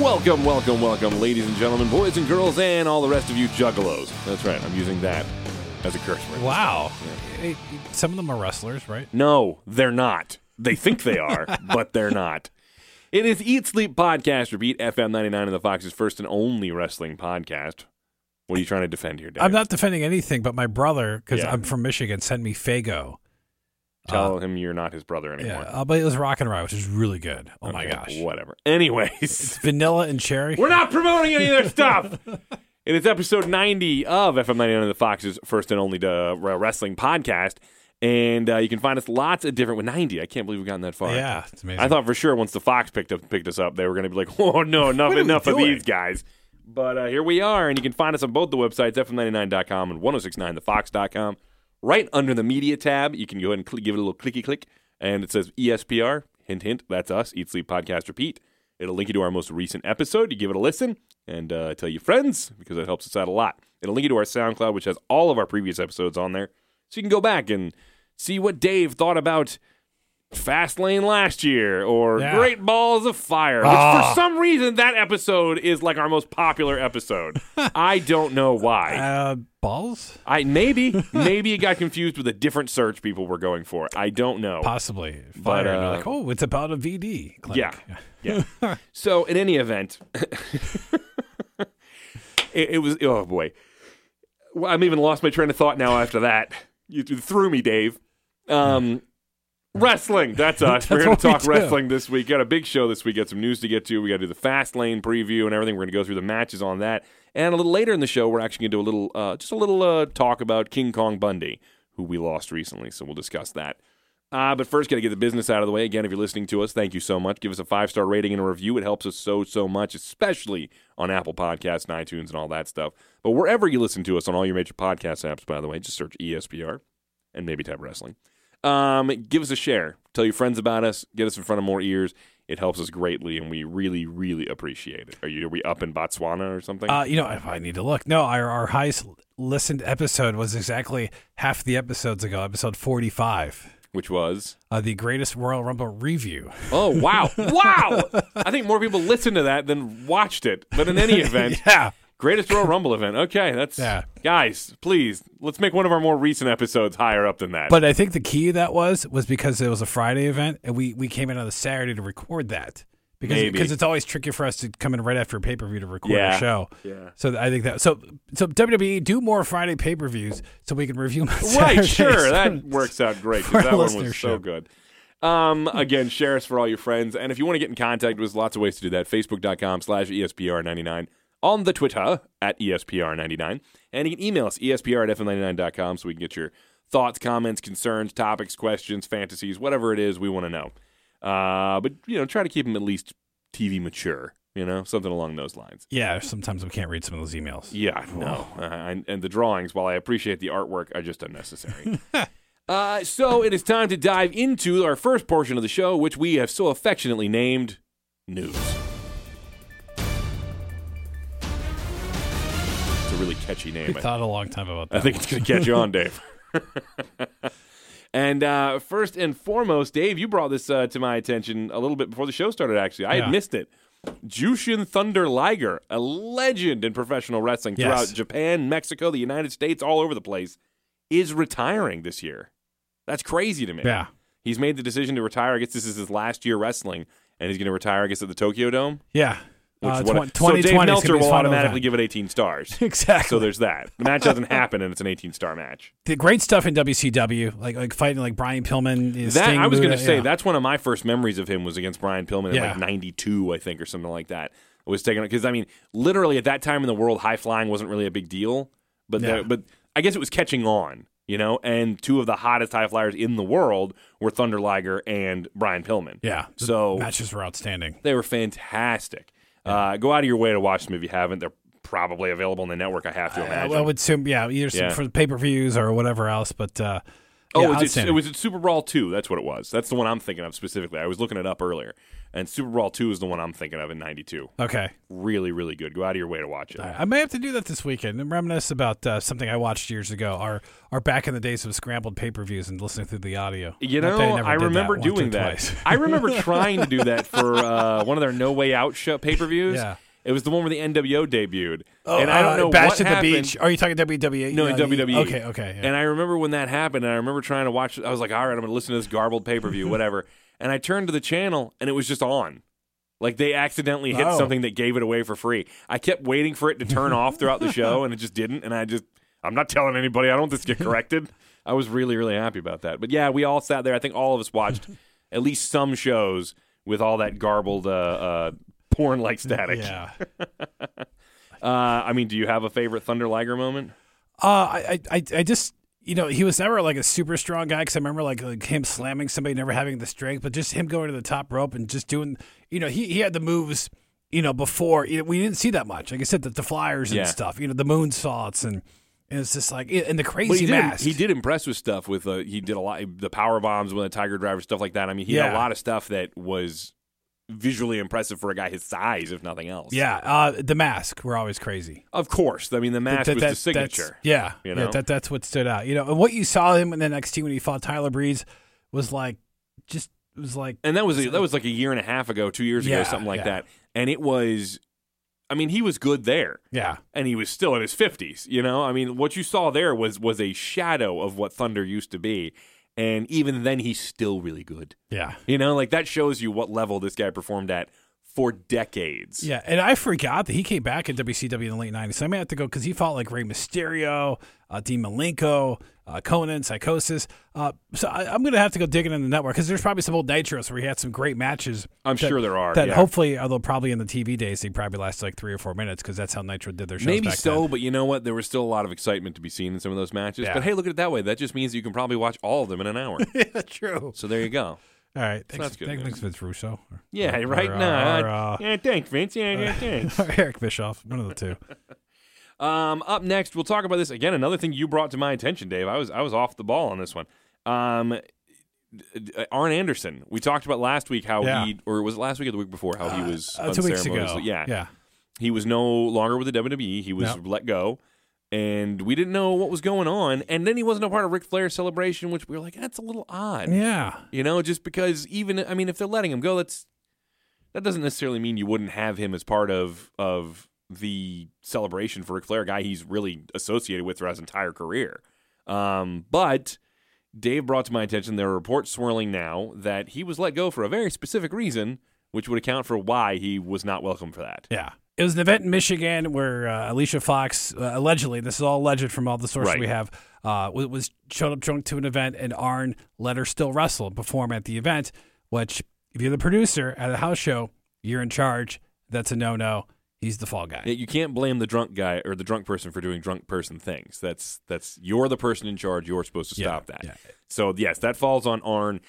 Welcome, welcome, welcome, ladies and gentlemen, boys and girls, and all the rest of you juggalos. That's right, I'm using that as a curse word. Wow. Hey, Some of them are wrestlers, right? No, they're not. They think they are, but they're not. It is Eat Sleep Podcast, repeat FM 99 of the Fox's first and only wrestling podcast. What are you trying to defend here, Dave? I'm not defending anything, but my brother, because Yeah. I'm from Michigan, sent me Fago. Tell him you're not his brother uh, Yeah, anymore. uh, but it was rock and rye, which is really good. Oh my Okay, gosh, Whatever. Anyways. vanilla and cherry. We're not promoting any of their stuff. It is episode 90 of FM 99 of the Fox's first and only uh, re- wrestling podcast. And uh, you can find us lots of different. With 90, I can't believe we've gotten that far. Yeah, it's amazing. I thought for sure once the Fox picked up picked us up, they were going to be like, "Oh no, enough What are we enough of doing?" these guys." But uh, here we are, and you can find us on both the websites, fm99.com and 1069thefox.com. Right under the media tab, you can go ahead and cl- give it a little clicky click, and it says E ESPR. Hint, hint. That's us. Eat, sleep, podcast, repeat. It'll link you to our most recent episode. You give it a listen and uh, tell your friends because that helps us out a lot. It'll link you to our SoundCloud, which has all of our previous episodes on there, so you can go back and see what Dave thought about Fastlane last year or Yeah. Great Balls of Fire. Which for some reason that episode is like our most popular episode. I don't know why. uh, balls, I maybe maybe it got confused with a different search people were going for. I don't know. possibly fire. and you're uh, like, oh, it's about a VD. Clinic. Yeah. Yeah. so in any event, it, it was oh boy. Well, I'm even lost my train of thought now after that. You th- threw me, Dave. Um Wrestling. That's us. We're That's going what to we talk do. wrestling this week. Got a big show this week. Got some news to get to. We got to do the fast lane preview and everything. We're going to go through the matches on that. And a little later in the show, we're actually going to do a little, uh, just a little uh, talk about King Kong Bundy, who we lost recently. So we'll discuss that. Uh, but first, got to get the business out of the way. Again, if you're listening to us, thank you so much. Give us a five star rating and a review. It helps us so, so much, especially on Apple Podcasts and iTunes and all that stuff. But wherever you listen to us on all your major podcast apps, by the way, just search E ESPR and maybe type wrestling. Um, give us a share. Tell your friends about us. Get us in front of more ears. It helps us greatly, and we really, really appreciate it. Are, you, are we up in Botswana or something? Uh, you know, if I need to look, no, our, our highest listened episode was exactly half the episodes ago, episode 45, Which was? uh, the greatest Royal Rumble review. Oh, wow. wow. I think more people listened to that than watched it. But in any event, yeah, Greatest Royal Rumble event. Okay, that's Yeah. guys. Please let's make one of our more recent episodes higher up than that. But I think the key of that was was because it was a Friday event, and we we came in on a Saturday to record that because Maybe. because it's always tricky for us to come in right after a pay per view to record Yeah. a show. Yeah. So I think that so so WWE do more Friday pay per views so we can review. them on right, Saturdays. sure, that works out great. 'cause For That our one was so listenership. good. Um, again, share us for all your friends, and if you want to get in contact with us, lots of ways to do that. Facebook.com slash E ESPR99 on the Twitter at E ESPR99, and you can email us E ESPR at FM99.com so we can get your thoughts, comments, concerns, topics, questions, fantasies, whatever it is we want to know. Uh, but you know, try to keep them at least TV mature. You know, something along those lines. Yeah, sometimes we can't read some of those emails. Yeah, no. Uh, and, and the drawings, while I appreciate the artwork, are just unnecessary. uh, so it is time to dive into our first portion of the show, which we have so affectionately named News. It's a really catchy name. I thought a long time about that. I think it's going to catch on, Dave. and uh, first and foremost, Dave, you brought this uh, to my attention a little bit before the show started, actually. I had Yeah. missed it. Jushin Thunder Liger, a legend in professional wrestling Yes. throughout Japan, Mexico, the United States, all over the place, is retiring this year. That's crazy to me. Yeah. He's made the decision to retire. I guess this is his last year wrestling, and he's going to retire, I guess, at the Tokyo Dome. Yeah. Which Uh, what- twen- so 2020 is Dave gonna be Meltzer his will final automatically event. give it 18 stars. exactly. So there's that. The match doesn't happen, and it's an 18 star match. the great stuff in WCW, like like fighting like Brian Pillman. uh, That Sting I was going to Buddha, say yeah. that's one of my first memories of him was against Brian Pillman in Yeah. like '92, I think, or something like that. I was taking because I mean, literally at that time in the world, high flying wasn't really a big deal, but Yeah. the, but I guess it was catching on, you know. And two of the hottest high flyers in the world were Thunder Liger and Brian Pillman. Yeah. The So matches were outstanding. they were fantastic. Uh, go out of your way to watch them if you haven't. They're probably available on the network. I have to I- imagine. I would assume, yeah, either some Yeah. for the pay per views or whatever else. But uh, Oh, Yeah, it, was at, it outstanding. was at Super Brawl two. That's what it was. That's the one I'm thinking of specifically. I was looking it up earlier, and Super Brawl two is the one I'm thinking of in '92. Okay. Really, really good. Go out of your way to watch it. I I may have to do that this weekend and reminisce about uh, something I watched years ago. Our our back in the days of scrambled pay per views and listening through the audio. You Not know, that never I did remember once or doing that. twice. I remember trying to do that for uh, one of their No Way Out show pay per views. Yeah. It was the one where the NWO debuted, Oh, and I uh, don't know Bash what at the happened. Beach. Are you talking WWE? No, Uh, in WWE. Okay, okay. yeah. And I remember when that happened, and I remember trying to watch it. I was like, all right, I'm going to listen to this garbled pay per view, whatever. and I turned to the channel, and it was just on. Like they accidentally hit Oh. something that gave it away for free. I kept waiting for it to turn off throughout the show, and it just didn't. And I just, I'm not telling anybody. I don't want this to get corrected. I was really, really happy about that. But yeah, we all sat there. I think all of us watched at least some shows with all that garbled uh, uh, porn like static. yeah. Uh, I mean, do you have a favorite Thunder Liger moment? Uh, I, I, I I just, you know, he was never like a super strong guy because I remember like, like him slamming somebody, never having the strength, but just him going to the top rope and just doing, you know, he, he had the moves, you know, before you know, we didn't see that much. Like I said, the, the flyers and Yeah. stuff, you know, the moonsaults and, and it's just like, and the But crazy he did, mask. he did impress with stuff with uh, he did a lot the power bombs with the tiger driver stuff like that. I mean, he had a Yeah. lot of stuff that was visually impressive for a guy his size, if nothing else. Yeah, uh, the mask were always crazy. of course. I mean, the mask That- was that- the that's- signature. Yeah, you yeah, know? that that's what stood out. You know, and what you saw him in the NXT when he fought Tyler Breeze was like, just was like, and that was a, that was like a year and a half ago, two years ago, Yeah, something like yeah. that. And it was, I mean, he was good there, yeah, and he was still in his fifties. You know, I mean, what you saw there was was a shadow of what Thunder used to be, and even then, he's still really good. yeah. You know, like that shows you what level this guy performed at for decades. Yeah, and I forgot that he came back at WCW in the late '90s. So I may have to go because he fought like Rey Mysterio, uh, Dean Malenko, uh, Conan, Psychosis. Uh, so I, I'm gonna have to go digging in the network because there's probably some old nitros where he had some great matches. I'm that- sure there are. that yeah. hopefully, although probably in the TV days, they probably last like three or four minutes because that's how Nitro did their shows. Maybe back so, then. but you know what? There was still a lot of excitement to be seen in some of those matches. Yeah. But hey, look at it that way. That just means you can probably watch all of them in an hour. yeah, true. so there you go. All right, thanks, that's good thanks, news. Vince Russo. Or- Yeah, or- right or, uh, now. or, uh, yeah, thanks, Vince. Yeah, yeah, thanks. or Eric Bischoff, one of the two. Um, up next, we'll talk about this again. Another thing you brought to my attention, Dave. I was I was off the ball on this one. Um, d- d- Arn Anderson. We talked about last week how Yeah. he, or was it last week or the week before, how he was Uh, two weeks ago. unceremoniously- Yeah, yeah. he was no longer with the WWE. He was No. let go, and we didn't know what was going on. And then he wasn't a part of Ric Flair's celebration, which we were like, that's a little odd, Yeah. you know, just because even I mean, if they're letting him go, that's that doesn't necessarily mean you wouldn't have him as part of of the celebration for Ric Flair, a guy he's really associated with throughout his entire career. Um, but Dave brought to my attention there are reports swirling now that he was let go for a very specific reason, which would account for why he was not welcome for that. Yeah. It was an event in Michigan where uh, Alicia Fox uh, allegedly, this is all alleged from all the sources Right. we have, uh, was, was showed up drunk to an event and Arn let her still wrestle and perform at the event, which, if you're the producer at a house show, you're in charge. That's a no no. He's the fall guy. Yeah, you can't blame the drunk guy or the drunk person for doing drunk person things. That's that's you're the person in charge. You're supposed to Yeah, stop that. yeah. So yes, that falls on Arn.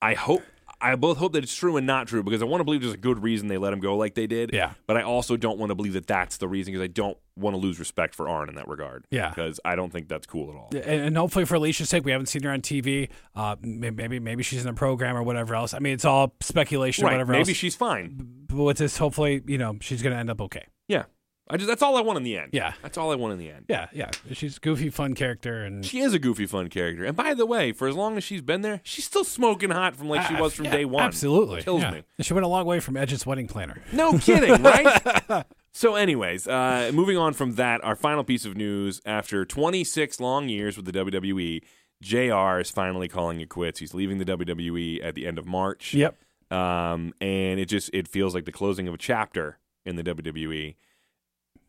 I hope I both hope that it's true and not true because I want to believe there's a good reason they let him go like they did. Yeah. But I also don't want to believe that that's the reason because I don't want to lose respect for Arn in that regard. Yeah. Because I don't think that's cool at all. And, and hopefully for Alicia's sake, we haven't seen her on TV. Uh, may- maybe maybe she's in a program or whatever else. I mean, it's all speculation or Right. whatever Maybe else. she's fine. but with this, hopefully, you know, she's going to end up okay. Yeah. I just that's all I want in the end. Yeah. That's all I want in the end. Yeah, yeah. She's a goofy, fun character. and She is a goofy, fun character. And by the way, for as long as she's been there, she's still smoking hot from like she Ah, was from yeah, day one. Absolutely. Kills yeah. me. And She went a long way from Edge's wedding planner. No kidding, right? so, anyways, uh, moving on from that, our final piece of news after 26 long years with the WWE, JR is finally calling it quits. He's leaving the WWE at the end of March. Yep. Um, and it just it feels like the closing of a chapter in the WWE.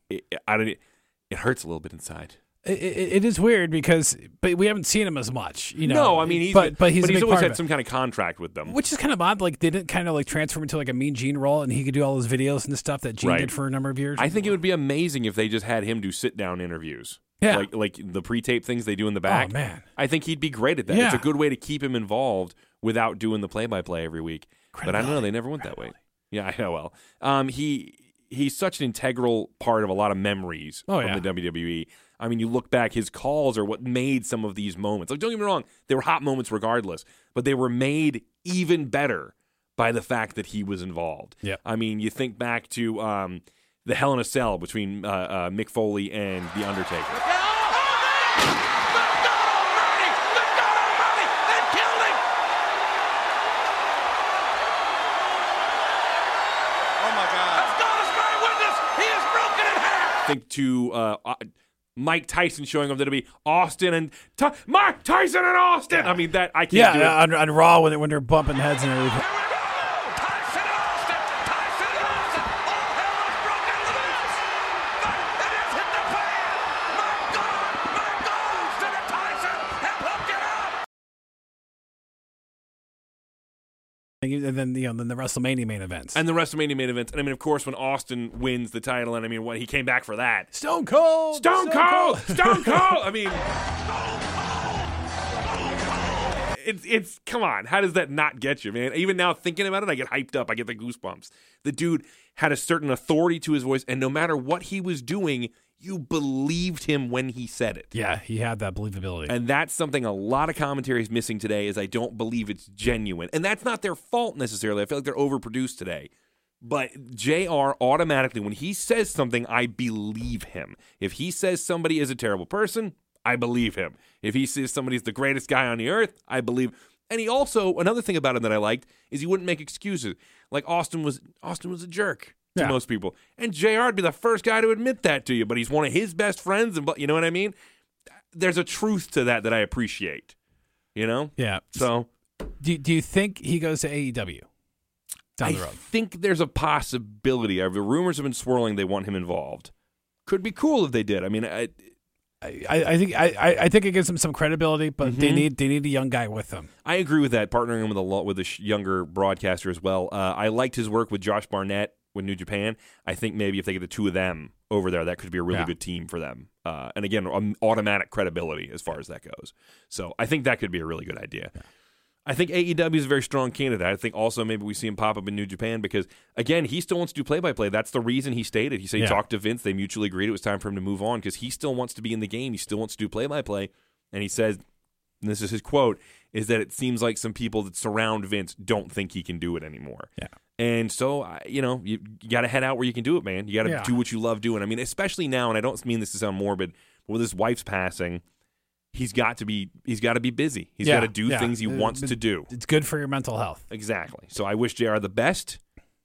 It, I don't. It hurts a little bit inside. It, it, it is weird because, but we haven't seen him as much. You know. no, I mean he's but but he's, a big always part of had it. some kind of contract with them. Which is kind of odd. Like they didn't kind of like transfer him into like a Mean Gene role, and he could do all those videos and stuff that Gene Right. did for a number of years. I think it would be amazing if they just had him do sit down interviews. Yeah. Oh, Like like the pre tape things they do in the back. man. I think he'd be great at that. It's a Yeah. good way to keep him involved without doing the play by play every week. But I don't know, Credibility. they never went that way. Yeah, I know well. Um he he's such an integral part of a lot of memories Oh, from yeah. the WWE. E. I mean, you look back, his calls are what made some of these moments. Like, don't get me wrong, they were hot moments regardless, but they were made even better by the fact that he was involved. Yeah. I mean, you think back to um, the Hell in a Cell between uh, uh, Mick Foley and The Undertaker. Oh my God. think to uh, uh, Mike Tyson showing up that it'll be Austin and Ty- Mike Tyson and Austin. I mean that I can't do it. Yeah, on, on Raw when they're, when they're bumping heads and everything. And then you know, then the WrestleMania main events. and the WrestleMania main events. And I mean, of course, when Austin wins the title, and I mean, what he came back for that. Stone Cold, Stone Cold, Stone Cold. I mean, it's it's come on. How does that not get you, man? Even now, thinking about it, I get hyped up. I get the goosebumps. The dude had a certain authority to his voice, and no matter what he was doing, you believed him when he said it. Yeah, he had that believability. And that's something a lot of commentary is missing today is I don't believe it's genuine. And that's not their fault necessarily. I feel like they're overproduced today. But JR automatically, when he says something, I believe him. If he says somebody is a terrible person, I believe him. If he says somebody's the greatest guy on the earth, I believe. And he also, another thing about him that I liked is he wouldn't make excuses. Like Austin was Austin was a jerk to Yeah. most people. And JR would be the first guy to admit that to you, but he's one of his best friends and but you know what I mean? there's a truth to that that I appreciate. You know? yeah. So do do you think he goes to AEW down I the road? think there's a possibility. Uh, The rumors have been swirling they want him involved. Could be cool if they did. I mean, I, I, I I think I, I- I think it gives him some credibility, but they Mm-hmm. need they need a young guy with them. I agree with that. Partnering him with a lot with a sh- younger broadcaster as well. Uh, I liked his work with Josh Barnett with New Japan. I think maybe if they get the two of them over there, that could be a really Yeah. good team for them. Uh, and again, um, automatic credibility as far as that goes. So I think that could be a really good idea. I think AEW is a very strong candidate. I think also maybe we see him pop up in New Japan because again, he still wants to do play by play. That's the reason he stated. He said he Yeah. talked to Vince, they mutually agreed it was time for him to move on because he still wants to be in the game. He still wants to do play by play. And he says, and this is his quote, is that it seems like some people that surround Vince don't think he can do it anymore. Yeah. And so, I- you know, you, you got to head out where you can do it, man. You got to Yeah. do what you love doing. I mean, especially now, and I don't mean this to sound morbid, but with his wife's passing, he's got to be he's got to be busy. He's Yeah, got to do yeah. things he Uh, wants but- to do. It's good for your mental health. Exactly. So I wish JR the best,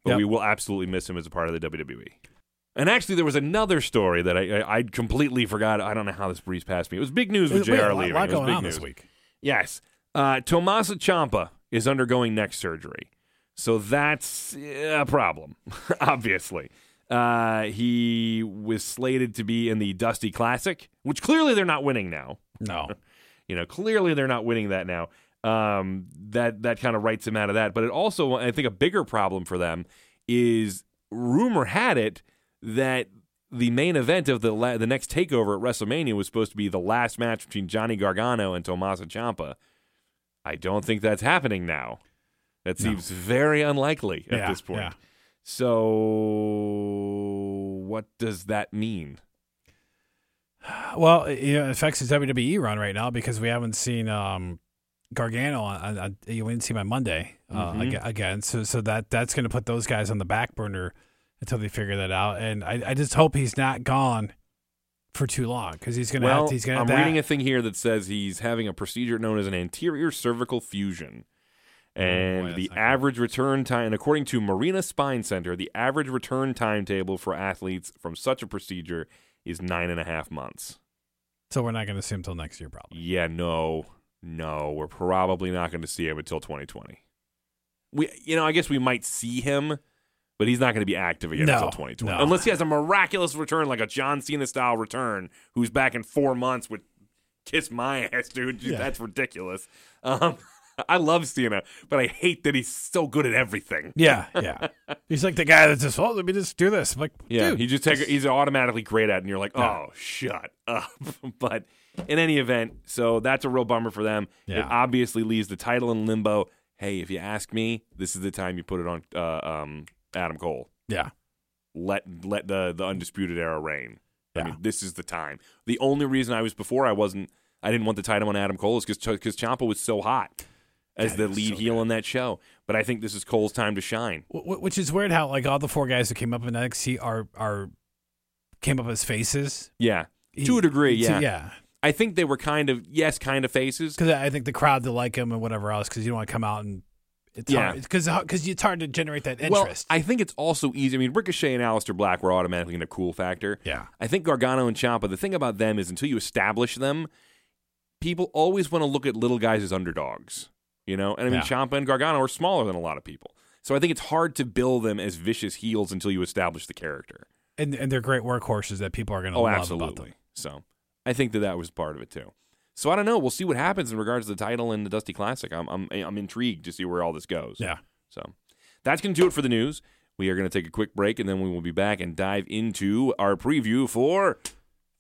but Yep. we will absolutely miss him as a part of the WWE. And actually, there was another story that I, I, I completely forgot. I don't know how this breeze past me. It was big news with Wait, JR a lot, leaving. lot It was going big on this news. week. Yes. Uh, Tomasa Champa is undergoing neck surgery. So that's uh, a problem, obviously. Uh, he was slated to be in the Dusty Classic, which clearly they're not winning now. No, You know, clearly they're not winning that now. Um, that that kind of writes him out of that. But it also, I think, a bigger problem for them is rumor had it that the main event of the la- the next takeover at WrestleMania was supposed to be the last match between Johnny Gargano and Tommaso Ciampa. I don't think that's happening now. That seems very unlikely at Yeah, this point. yeah. So, what does that mean? well, it, you know, it affects his WWE run right now because we haven't seen um, Gargano. On, on, on, you didn't see him on Monday uh, Mm-hmm. aga- again, so so that that's going to put those guys on the back burner until they figure that out. And I, I just hope he's not gone for too long because he's going to well, have to, he's going to I'm have to reading a thing here that says he's having a procedure known as an anterior cervical fusion. And Oh, that's the not good. average return time, and according to Marina Spine Center, the average return timetable for athletes from such a procedure is nine and a half months. so we're not going to see him until next year probably. Yeah, no, no, we're probably not going to see him until 2020. We, you know, I guess we might see him, but he's not going to be active again No, until 2020, no. unless he has a miraculous return, like a John Cena style return, who's back in four months with kiss my ass, dude. Yeah. That's ridiculous. Um, I love Cena, but I hate that he's so good at everything. Yeah, yeah. he's like the guy that's just, oh, let me just do this. I'm like, Yeah, dude, he just take, he's automatically great at, it, and you're like, oh, shut up. but in any event, so that's a real bummer for them. It Yeah. obviously leaves the title in limbo. Hey, if you ask me, this is the time you put it on uh, um, Adam Cole. yeah, Let let the the undisputed era reign. I mean, this is the time. The only reason I was before I wasn't, I didn't want the title on Adam Cole is because Ciampa was so hot as the lead heel on that show. But I think this is Cole's time to shine. Wh- wh- Which is weird how like all the four guys who came up in NXT are are came up as faces. Yeah, He- to a degree. to- Yeah. yeah. I think they were kind of yes, kind of faces. Because I think the crowd they like him and whatever else. Because you don't want to come out and it's Yeah. hard because it's hard to generate that interest. Well, I think it's also easy. I mean, Ricochet and Aleister Black were automatically in a cool factor. Yeah. I think Gargano and Ciampa, the thing about them is until you establish them, people always want to look at little guys as underdogs. You know? And I mean, Yeah. Ciampa and Gargano are smaller than a lot of people. So I think it's hard to bill them as vicious heels until you establish the character. and and they're great workhorses that people are going to Oh, love absolutely. about them. So I think that that was part of it too. So I don't know. We'll see what happens in regards to the title and the Dusty Classic. I'm I'm I'm intrigued to see where all this goes. Yeah. So that's going to do it for the news. We are going to take a quick break and then we will be back and dive into our preview for.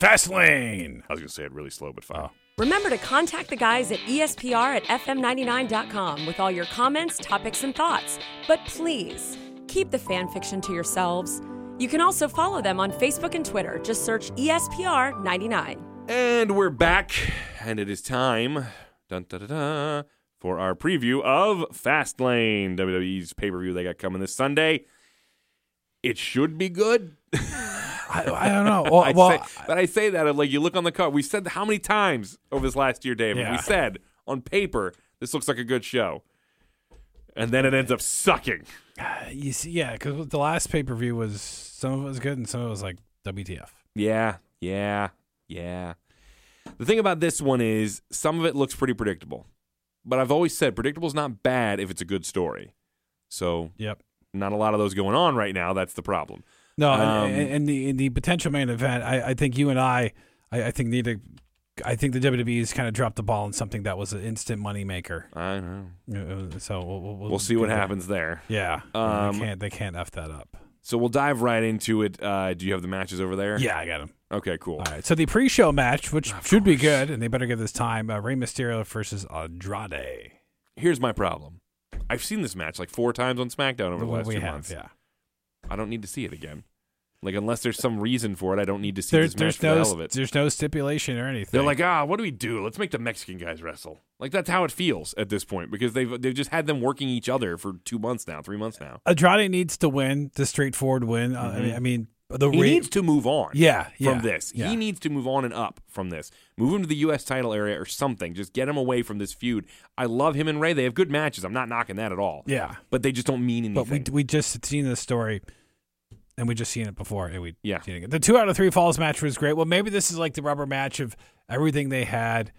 Fastlane. I was going to say it really slow, but fine. Oh. Remember to contact the guys at E ESPR at FM99.com with all your comments, topics, and thoughts. But please, keep the fan fiction to yourselves. You can also follow them on Facebook and Twitter. Just search E ESPR99. And we're back, and it is time dun, da, da, da, for our preview of Fastlane, WWE's pay per view they got coming this Sunday. It should be good. I, I don't know. Well, I well, say, but I say that I'm like you look on the card. We said how many times over this last year, David? Yeah. We said on paper this looks like a good show, and then it ends up sucking. you see, yeah, because the last pay per view was some of it was good and some of it was like WTF. Yeah, yeah, yeah. The thing about this one is some of it looks pretty predictable, but I've always said predictable's not bad if it's a good story. So Yep. not a lot of those going on right now. That's the problem. No, Um, and, and the and the potential main event, I, I think you and I, I, I think need to. I think the WWE's kind of dropped the ball on something that was an instant moneymaker. I don't know. Uh, So we'll, we'll, we'll We'll see what get there. happens there. Yeah, Um, they can't they can't f that up. So we'll dive right into it. Uh, do you have the matches over there? Yeah, I got him. Okay, cool. All right, so the pre-show match, which should be good, and they better give this time. Uh, Rey Mysterio versus Andrade. here's my problem. I've seen this match like four times on SmackDown over The the one last we two have, months. yeah. I don't need to see it again. Like unless there's some reason for it, I don't need to see There, this match there's for the no hell of it. there's no stipulation or anything. They're like, ah, what do we do? Let's make the Mexican guys wrestle. Like that's how it feels at this point because they've they've just had them working each other for two months now, three months now. Andrade needs to win the straightforward win. Uh, I, mean, I mean, the Mm-hmm. He Rey- needs to move on. Yeah, yeah, from this. yeah. He needs to move on and up from this. Move him to the U.S. title area or something. Just get him away from this feud. I love him and Ray. They have good matches. I'm not knocking that at all. Yeah. but they just don't mean anything. But we we just had seen this story, and we just seen it before, and we Yeah. seen it again. The two out of three falls match was great. Well, maybe this is like the rubber match of everything they had.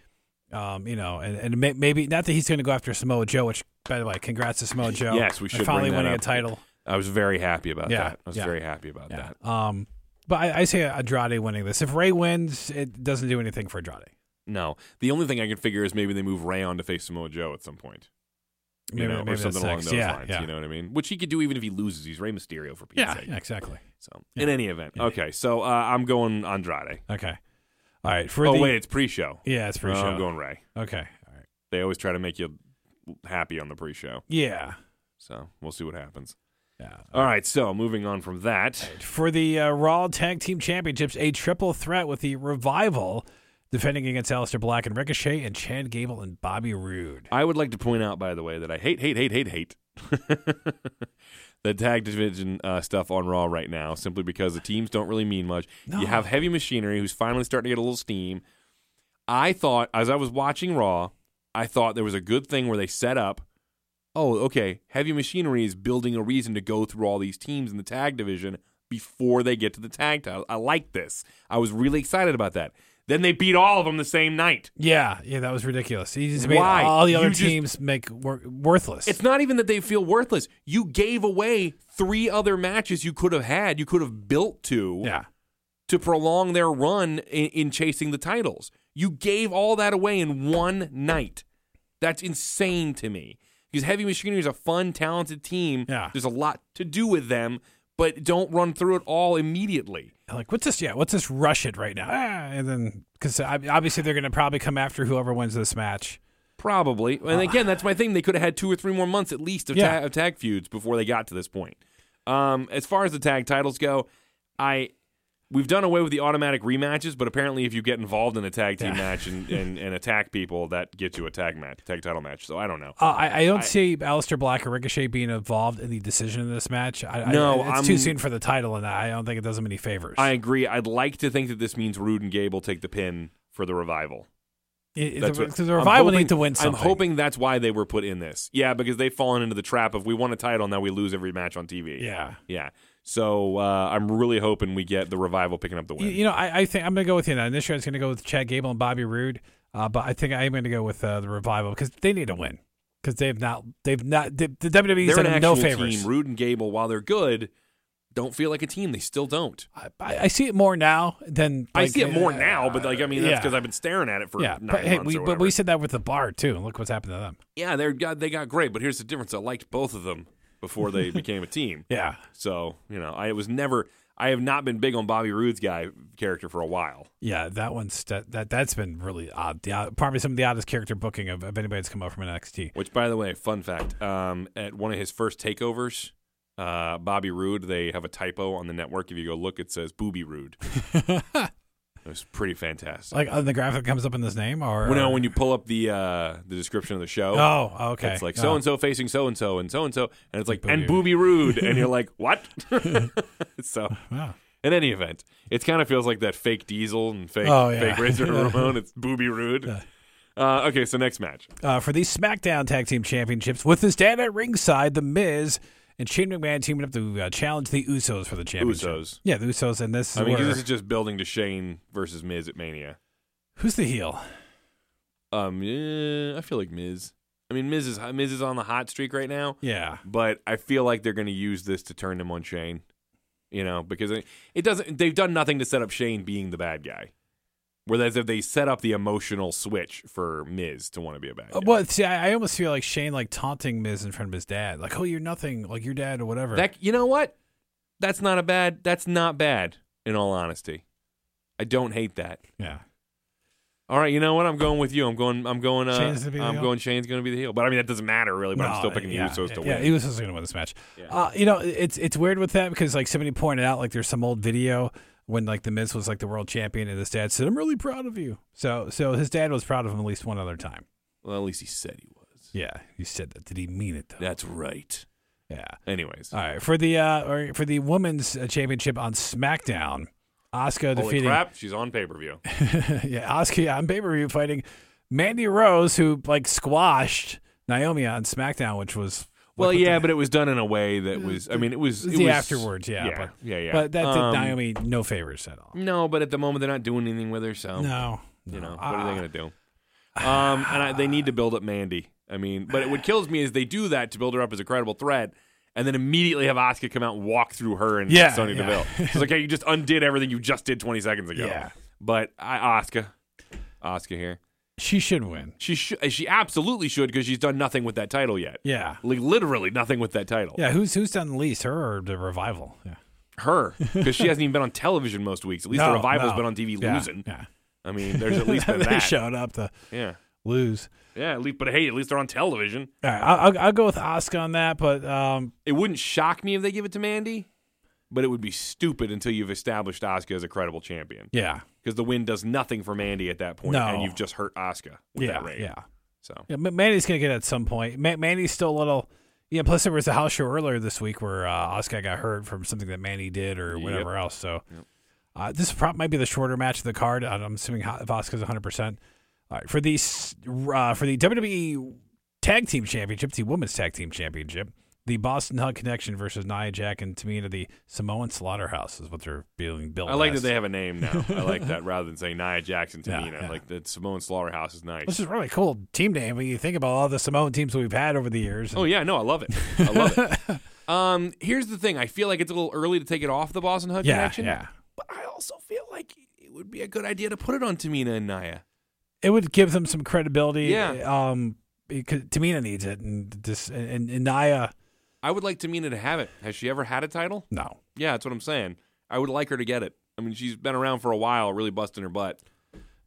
Um, you know, and, and may, maybe not that he's going to go after Samoa Joe, which by the way, congrats to Samoa Joe. Yes, we on should bring finally that winning up. a title. I was very happy about Yeah, that. I was yeah. very happy about that. Um, but I, I say Andrade winning this. If Ray wins, it doesn't do anything for Andrade. No, the only thing I can figure is maybe they move Ray on to face Samoa Joe at some point, you know, or that's something along next. those yeah, lines. Yeah, You know what I mean? Which he could do even if he loses. He's Rey Mysterio for Pete's yeah, sake. yeah, exactly. So in any event, Yeah. okay. So uh, I'm going Andrade. Okay, all right. For oh the wait, it's pre-show. yeah, it's pretty Uh, sure. I'm going Ray. Okay, all right. They always try to make you happy on the pre-show. Yeah, So we'll see what happens. yeah. All right. So moving on from that. For the uh, Raw Tag Team Championships, a triple threat with the Revival defending against Aleister Black and Ricochet and Chad Gable and Bobby Roode. I would like to point out, by the way, that I hate, hate, hate, hate, hate the tag division uh, stuff on Raw right now, simply because the teams don't really mean much. You have Heavy Machinery, who's finally starting to get a little steam. I thought, as I was watching Raw, I thought there was a good thing where they set up. Oh, okay. Heavy Machinery is building a reason to go through all these teams in the tag division before they get to the tag title. I like this. I was really excited about that. Then they beat all of them the same night. Yeah, yeah, that was ridiculous. He just made Why? all the You other just- teams make wor- worthless. It's not even that they feel worthless. You gave away three other matches you could have had, you could have built to yeah, to prolong their run in, in chasing the titles. You gave all that away in one night. That's insane to me. Because Heavy Machinery is a fun, talented team. Yeah. There's a lot to do with them, but don't run through it all immediately. like what's this? Yeah, what's this? Rush it right now, ah, and then because obviously they're going to probably come after whoever wins this match. Probably. And again, that's my thing. They could have had two or three more months at least of, Ah. Yeah. ta- of tag feuds before they got to this point. Um, as far as the tag titles go, I We've done away with the automatic rematches, but apparently, if you get involved in a tag team match and, and, and attack people, that gets you a tag match, tag title match. So I don't know. Uh, I, I don't see Alistair Black or Ricochet being involved in the decision in this match. I, No, I, it's I'm- too soon for the title, and I don't think it does him any favors. I agree. I'd like to think that this means Rude and Gable take the pin for the revival. It- That's the, what- the I'm revival hoping- need to win something. I'm hoping that's why they were put in this. Yeah, because they've fallen into the trap of we won a title, now we lose every match on TV. Yeah. Yeah. So uh, I'm really hoping we get the revival picking up the You, win. you know, I, I think I'm going to go with you now. Initially, I was going to go with Chad Gable and Bobby Roode, uh, but I think I am going to go with uh, the revival because they need to win because they've not they've not the, the WWE's they're done an them actual no favors. team. Rude and Gable, while they're good, don't feel like a team. They still don't. I, I see it more now than I like, see it more uh, now, but like I mean, that's yeah. because I've been staring at it for yeah, nine but hey, months we, or but whatever. we said that with the bar too, and look what's happened to them. yeah, they're got, they got great, but here's the difference. I liked both of them before they became a team. Yeah, So you know, I was never. I have not been big on Bobby Roode's guy character for a while. yeah, that one's that, that that's been really odd. The, odd- probably some of the oddest character booking of, of anybody that's come out from NXT. Which, by the way, fun fact: um, at one of his first takeovers, uh, Bobby Roode, they have a typo on the network. If you go look, it says Booby Roode. it was pretty fantastic. Like on the graphic that comes up in this name, or well, no, when you pull up the uh, the description of the show, oh okay, it's like Oh. so and so facing so and so and so and so, and it's like and Booby Booby Roode, and you're like, what? so. Wow. In any event, it kind of feels like that fake Diesel and fake Oh, yeah. fake Razor Ramon. It's booby rude. Uh, okay, so next match. uh, for the SmackDown Tag Team Championships with his dad at ringside, The Miz and Shane McMahon teaming up to uh, challenge the Usos for the championship. Usos. Yeah, the Usos, and this is I mean, 'cause where- this is just building to Shane versus Miz at Mania. who's the heel? Um, yeah, I feel like Miz. I mean, Miz is Miz is on the hot streak right now, Yeah, but I feel like they're going to use this to turn him on Shane. You know, because it, it doesn't. They've done nothing to set up Shane being the bad guy. Whereas if they set up the emotional switch for Miz to want to be a bad guy, Uh, well, see, I, I almost feel like Shane like taunting Miz in front of his dad, like, "Oh, you're nothing, like your dad or whatever." That you know what? That's not a bad. That's not bad. In all honesty, I don't hate that. yeah, All right, you know what? I'm going with you. I'm going. I'm going. Uh, Shane's gonna be the I'm heel? going. Shane's going to be the heel. But I mean, that doesn't matter really. But I'm still picking yeah, the Usos to yeah, win. Yeah, Usos are going to win this match. Uh, you know, it's it's weird with that because like somebody pointed out, like there's some old video when like the Miz was like the world champion, and his dad said, "I'm really proud of you." So so his dad was proud of him at least one other time. well, at least he said he was. Yeah, he said that. Did he mean it though? That's right. Yeah. Anyways, All right for the uh or for the women's uh, championship on SmackDown, holy Asuka defeating crap! She's on pay per view. yeah Asuka on pay per view fighting Mandy Rose who like squashed Naomi on SmackDown, which was Well, like, what yeah, the- but it was done in a way that was. I mean, it was. It the was afterwards, yeah, yeah, but, yeah, yeah. But that did Um, Naomi no favors at all. No, but at the moment they're not doing anything with her, so No, You know, no. what are they going to do? Um, and I, they need to build up Mandy. I mean, but what kills me is they do that to build her up as a credible threat, and then immediately have Asuka come out and walk through her and Yeah, Sonya yeah. Deville. It's like, hey, you just undid everything you just did 20 seconds ago. Yeah. But I, Asuka, Asuka here, Ah, She should win. she should, she absolutely should because she's done nothing with that title yet. Yeah, Like literally nothing with that title. yeah. Who's who's done the least, her or the revival? Yeah, Her, because she hasn't even been on television most weeks. At least the No, revival's no. been on TV Yeah, losing. Yeah, I mean, there's at least been they that. showed up to Yeah, lose. yeah. At least, but hey, at least they're on television. All right, I'll, I'll, I'll go with Oscar on that, but um, It wouldn't shock me if they give it to Mandy, but it would be stupid until you've established Asuka as a credible champion. yeah, Because the win does nothing for Mandy at that point, No. and you've just hurt Asuka with yeah, that reign. yeah. So Yeah, Ma- Mandy's gonna get it at some point. Ma- Mandy's still a little. Yeah. Plus, there was a house show earlier this week where uh, Oscar got hurt from something that Mandy did or whatever else. So, uh, this prop might be the shorter match of the card. I'm I'm assuming Ho- if Oscar's 100. percent All right, for the s- uh, for the WWE Tag Team Championship, the Women's Tag Team Championship, the Boston Hug Connection versus Nia Jack and Tamina, the Samoan Slaughterhouse is what they're being built. I like as. that they have a name now. I like that rather than saying Nia Jackson Yeah, Tamina. yeah. Like the Samoan Slaughterhouse is nice. This is a really cool team name when you think about all the Samoan teams that we've had over the years. Oh yeah, no, I love it. I love it. Um, here's the thing: I feel like it's a little early to take it off the Boston Hug yeah, connection. yeah. But I also feel like it would be a good idea to put it on Tamina and Nia. it would give them some credibility. Yeah. Um, because Tamina needs it, and this and, and Naya, I would like Tamina to have it. Has she ever had a title? no. Yeah, that's what I'm saying. I would like her to get it. I mean, she's been around for a while, really busting her butt.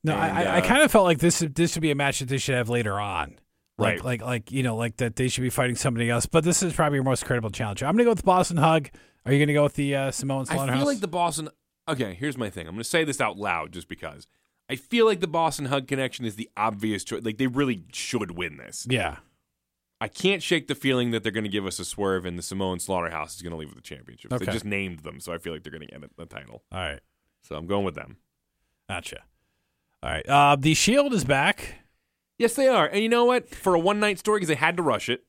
No, And, I, I, I uh, kind of felt like this this should be a match that they should have later on. Like, Right. like, like, you know, like that they should be fighting somebody else. But this is probably your most credible challenger. I'm gonna go with the Boston Hug. Are you gonna go with the uh, Samoan I Slaughterhouse? feel like the Boston. Okay, here's my thing. I'm going to say this out loud just because I feel like the Boston Hug connection is the obvious choice. Like they really should win this. Yeah. I can't shake the feeling that they're going to give us a swerve and the Samoan Slaughterhouse is going to leave with the championship. They Okay. just named them, so I feel like they're going to get the title. All right. So I'm going with them. Gotcha. All right. Uh, the Shield is back. Yes, they are. And you know what? For a one night story, because they had to rush it.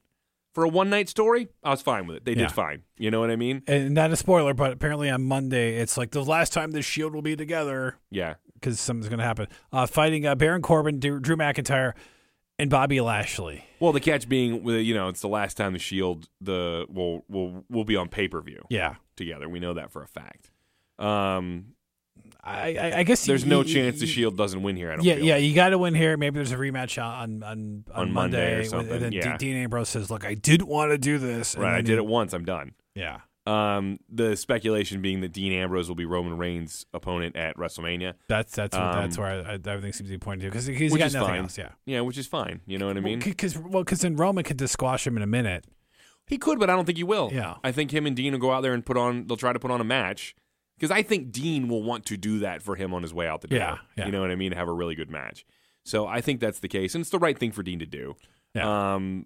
For a one night story, I was fine with it. They Yeah. did fine. You know what I mean? And not a spoiler, but apparently on Monday, it's like the last time the Shield will be together Yeah. because something's going to happen. Uh, fighting uh, Baron Corbin, Drew Drew McIntyre, and Bobby Lashley. Well, the catch being, well, you know, it's the last time the Shield the will will will be on pay per view Yeah. together. We know that for a fact. Um, I, I, I guess you- there's no you- chance the you- Shield doesn't win here. I don't. Yeah, feel. yeah, you got to win here. Maybe there's a rematch on on on, On Monday or Monday, with- something, and then D- yeah. Dean Ambrose says, "Look, I didn't want to do this. and Right. I then did he- it once. I'm done. Yeah, Um, the speculation being that Dean Ambrose will be Roman Reigns' opponent at WrestleMania, that's that's what, that's Um, where I, I, everything seems to be pointing to because he's which got is nothing fine. else. Yeah, yeah, which is fine. You know what I mean? because well, because then Roman could just squash him in a minute. He could, but I don't think he will. Yeah. I think him and Dean will go out there and put on. They'll try to put on a match because I think Dean will want to do that for him on his way out the door. Yeah, yeah. You know what I mean? Have a really good match. So I think that's the case, and it's the right thing for Dean to do. Yeah. Um,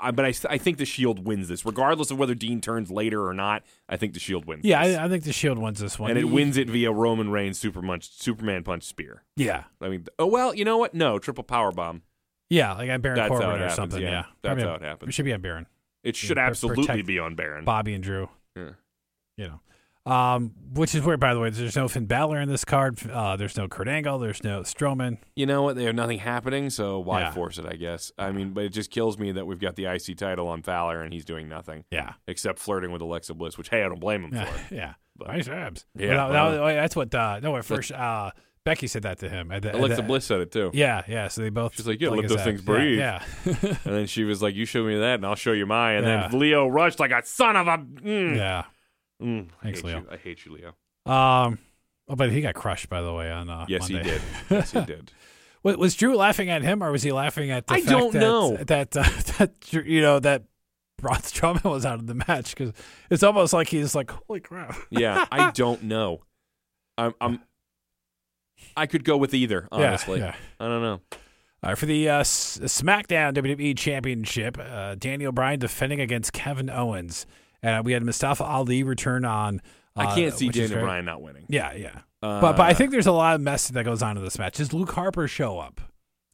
I, but I, s- I think the Shield wins this, regardless of whether Dean turns later or not. I think the Shield wins. Yeah, this. I, I think the Shield wins this one, and it You- wins it via Roman Reigns super punch, Superman punch spear. Yeah, I mean, oh well, you know what? No, triple power bomb. yeah, like on Baron That's how Corbin it or happens, something. yeah. Yeah, That's Probably how on- it happens. It should be on Baron, It should pr- absolutely protect be on Baron. Bobby and Drew. Yeah. You know, um, which is weird. By the way, there's no Finn Balor in this card. Uh, there's no Kurt Angle. There's no Strowman. you know what? They have nothing happening, so why Yeah. force it? I guess. I mean, but it just kills me that we've got the IC title on Fowler and he's doing nothing Yeah. except flirting with Alexa Bliss, which hey, I don't blame him Yeah, for. yeah. But- nice abs. Yeah, Well, that- that well- was- wait, that's what. Uh, no, at first, uh, Becky said that to him. At the- at Alexa the- Bliss said it too, Yeah, yeah. So they both. She's like, yeah, let his those abs. things Yeah, breathe. Yeah, and then she was like, "You show me that, and I'll show you mine." And Yeah. then Leo rushed like a son of a. Mm. yeah. Mm. I Thanks, hate Leo. You. I hate you, Leo. Um, oh, but he got crushed by the way on. Uh, Yes, Monday. he did. Yes, he did. Was, was Drew laughing at him, or was he laughing at? The I fact don't that, know. that uh, that Drew- you know that Braun Strowman was out of the match because it's almost like he's like, holy crap. Yeah, I don't know. I'm. I'm I could go with either, Yeah, honestly. yeah. I don't know. All right, for the uh, S- SmackDown WWE Championship, uh, Daniel Bryan defending against Kevin Owens, and we had Mustafa Ali return on. Uh, I can't see which is Daniel very- Bryan not winning. Yeah, yeah, but but I Uh, think there's a lot of messing that goes on in this match. Does Luke Harper show up?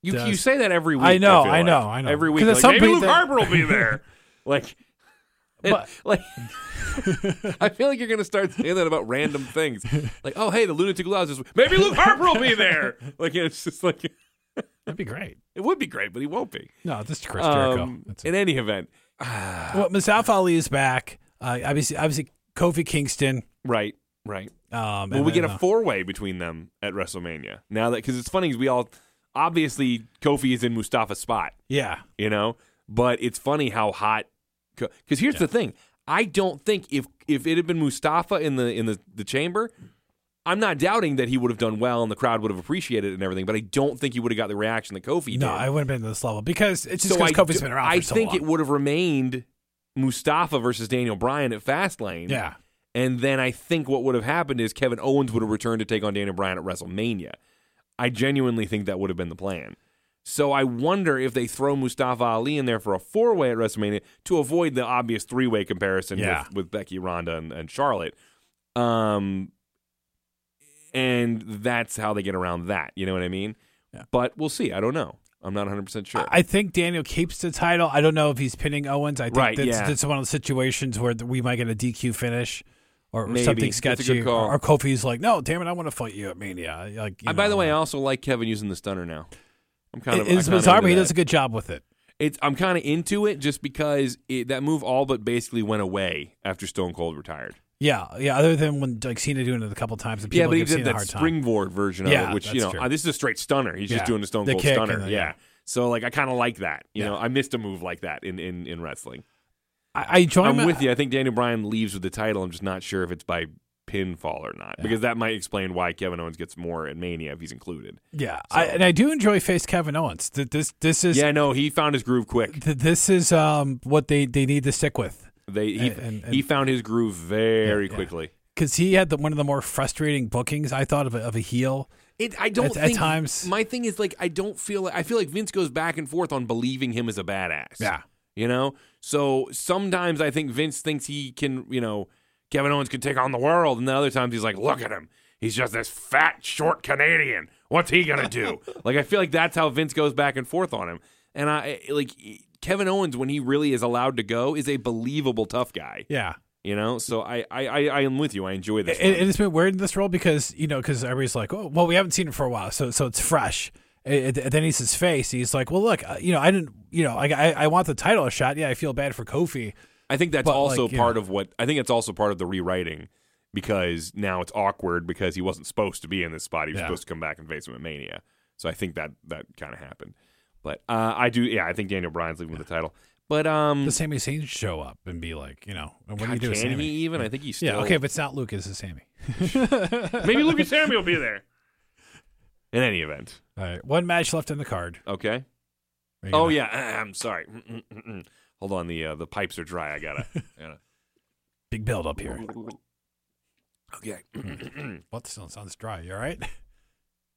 You, does- you say that every week. I know, feel I like. know, I know. Every week, 'Cause at like, some maybe point Luke they- Harper will be there. like, it- But- like, I feel like you're gonna start saying that about random things. Like, oh hey, the lunatic lounge is maybe Luke Harper will be there. Like, it's just like it That'd be great. would be great, but he won't be. No, this is Chris Jericho. Um, That's it. in any event, Well, Mustafa Ali is back. Uh, obviously, obviously Kofi Kingston. right, right. Well, Um, and we then, get a uh, four way between them at WrestleMania now that because it's funny 'cause we all obviously Kofi is in Mustafa's spot. yeah, you know. But it's funny how hot. Because here's the thing: I don't think if if it had been Mustafa in the in the, the chamber, I'm not doubting that he would have done well and the crowd would have appreciated it and everything. But I don't think he would have got the reaction that Kofi no, did. I wouldn't have been to this level because it's just I because Kofi's d- been around. I for so think long. it would have remained Mustafa versus Daniel Bryan at Fastlane. Yeah. And then I think what would have happened is Kevin Owens would have returned to take on Daniel Bryan at WrestleMania. I genuinely think that would have been the plan. So I wonder if they throw Mustafa Ali in there for a four way at WrestleMania to avoid the obvious three way comparison Yeah. with, with Becky, Ronda, and, and Charlotte. Um, and that's how they get around that. You know what I mean? Yeah. But we'll see. I don't know. I'm not 100% sure. I think Daniel keeps the title. I don't know if he's pinning Owens. I think Right, that's, yeah. that's one of the situations where th- we might get a DQ finish or Maybe. something That's a good sketchy. call. Or, or Kofi's like, no, damn it, I want to fight you at Mania. Like, you I, by know, the way, I uh, also like Kevin using the stunner now. I'm kind of it is I'm kinda bizarre, into but he that. does a good job with it. It's I'm kind of into it just because it, that move all but basically went away after Stone Cold retired. Yeah, yeah. Other than when like Cena doing it a couple times, and people yeah, but he give did Cena a that hard time. springboard version of Yeah, it, which you that's know true. uh, this is a straight stunner. He's Yeah. just doing a Stone The Cold kick stunner. and the- yeah. yeah. So like I kind of like that. You Yeah. know, I missed a move like that in in, in wrestling. I, I join. I'm my- with you. I think Daniel Bryan leaves with the title. I'm just not sure if it's by pinfall or not because that might explain why Kevin Owens gets more at Mania if he's included. Yeah, I, and I do enjoy face Kevin Owens. Th- This this is Yeah, no, he found his groove quick. th- this is um what they they need to stick with. They he And- and- he found his groove very Yeah, yeah. quickly. because he had the, one of the more frustrating bookings I thought of a, of a heel. It, I don't At- at think, times- My thing is like I don't feel like I feel like Vince goes back and forth on believing him as a badass. Yeah. you know. So sometimes I think Vince thinks he can, you know, Kevin Owens can take on the world, and then other times he's like, look at him, he's just this fat, short Canadian. What's he gonna do? like I feel like that's how Vince goes back and forth on him, and I eh, like Kevin Owens when he really is allowed to go is a believable tough guy. Yeah. You know, so I I I, I am with you. I enjoy this. It, one. it's been weird in this role because you know because everybody's like, oh, well, we haven't seen it for a while, so so it's fresh. And and then he's his face. He's like, well, look, uh, you know, I didn't, you know, I, I, I want the title shot. Yeah, I feel bad for Kofi. I think that's But, also like, you part know. of what I think it's also part of the rewriting because now it's awkward because he wasn't supposed to be in this spot. He was Yeah. supposed to come back and face him at Mania. So I think that that kind of happened. But uh, I do, yeah, I think Daniel Bryan's leaving with the title. But um, The Sami Zayn show up and be like, you know, what do you God, do, with can Sami? he even? I think he's still. yeah, okay, if it's not Lucas, it's Sammy. Maybe Lucas Sammy will be there. In any event, All right, one match left in the card. okay. Are you Oh gonna- yeah, I'm sorry. Hold on, the uh, the pipes are dry. I gotta. gotta. big build up here. Okay. What still sounds dry. You all right?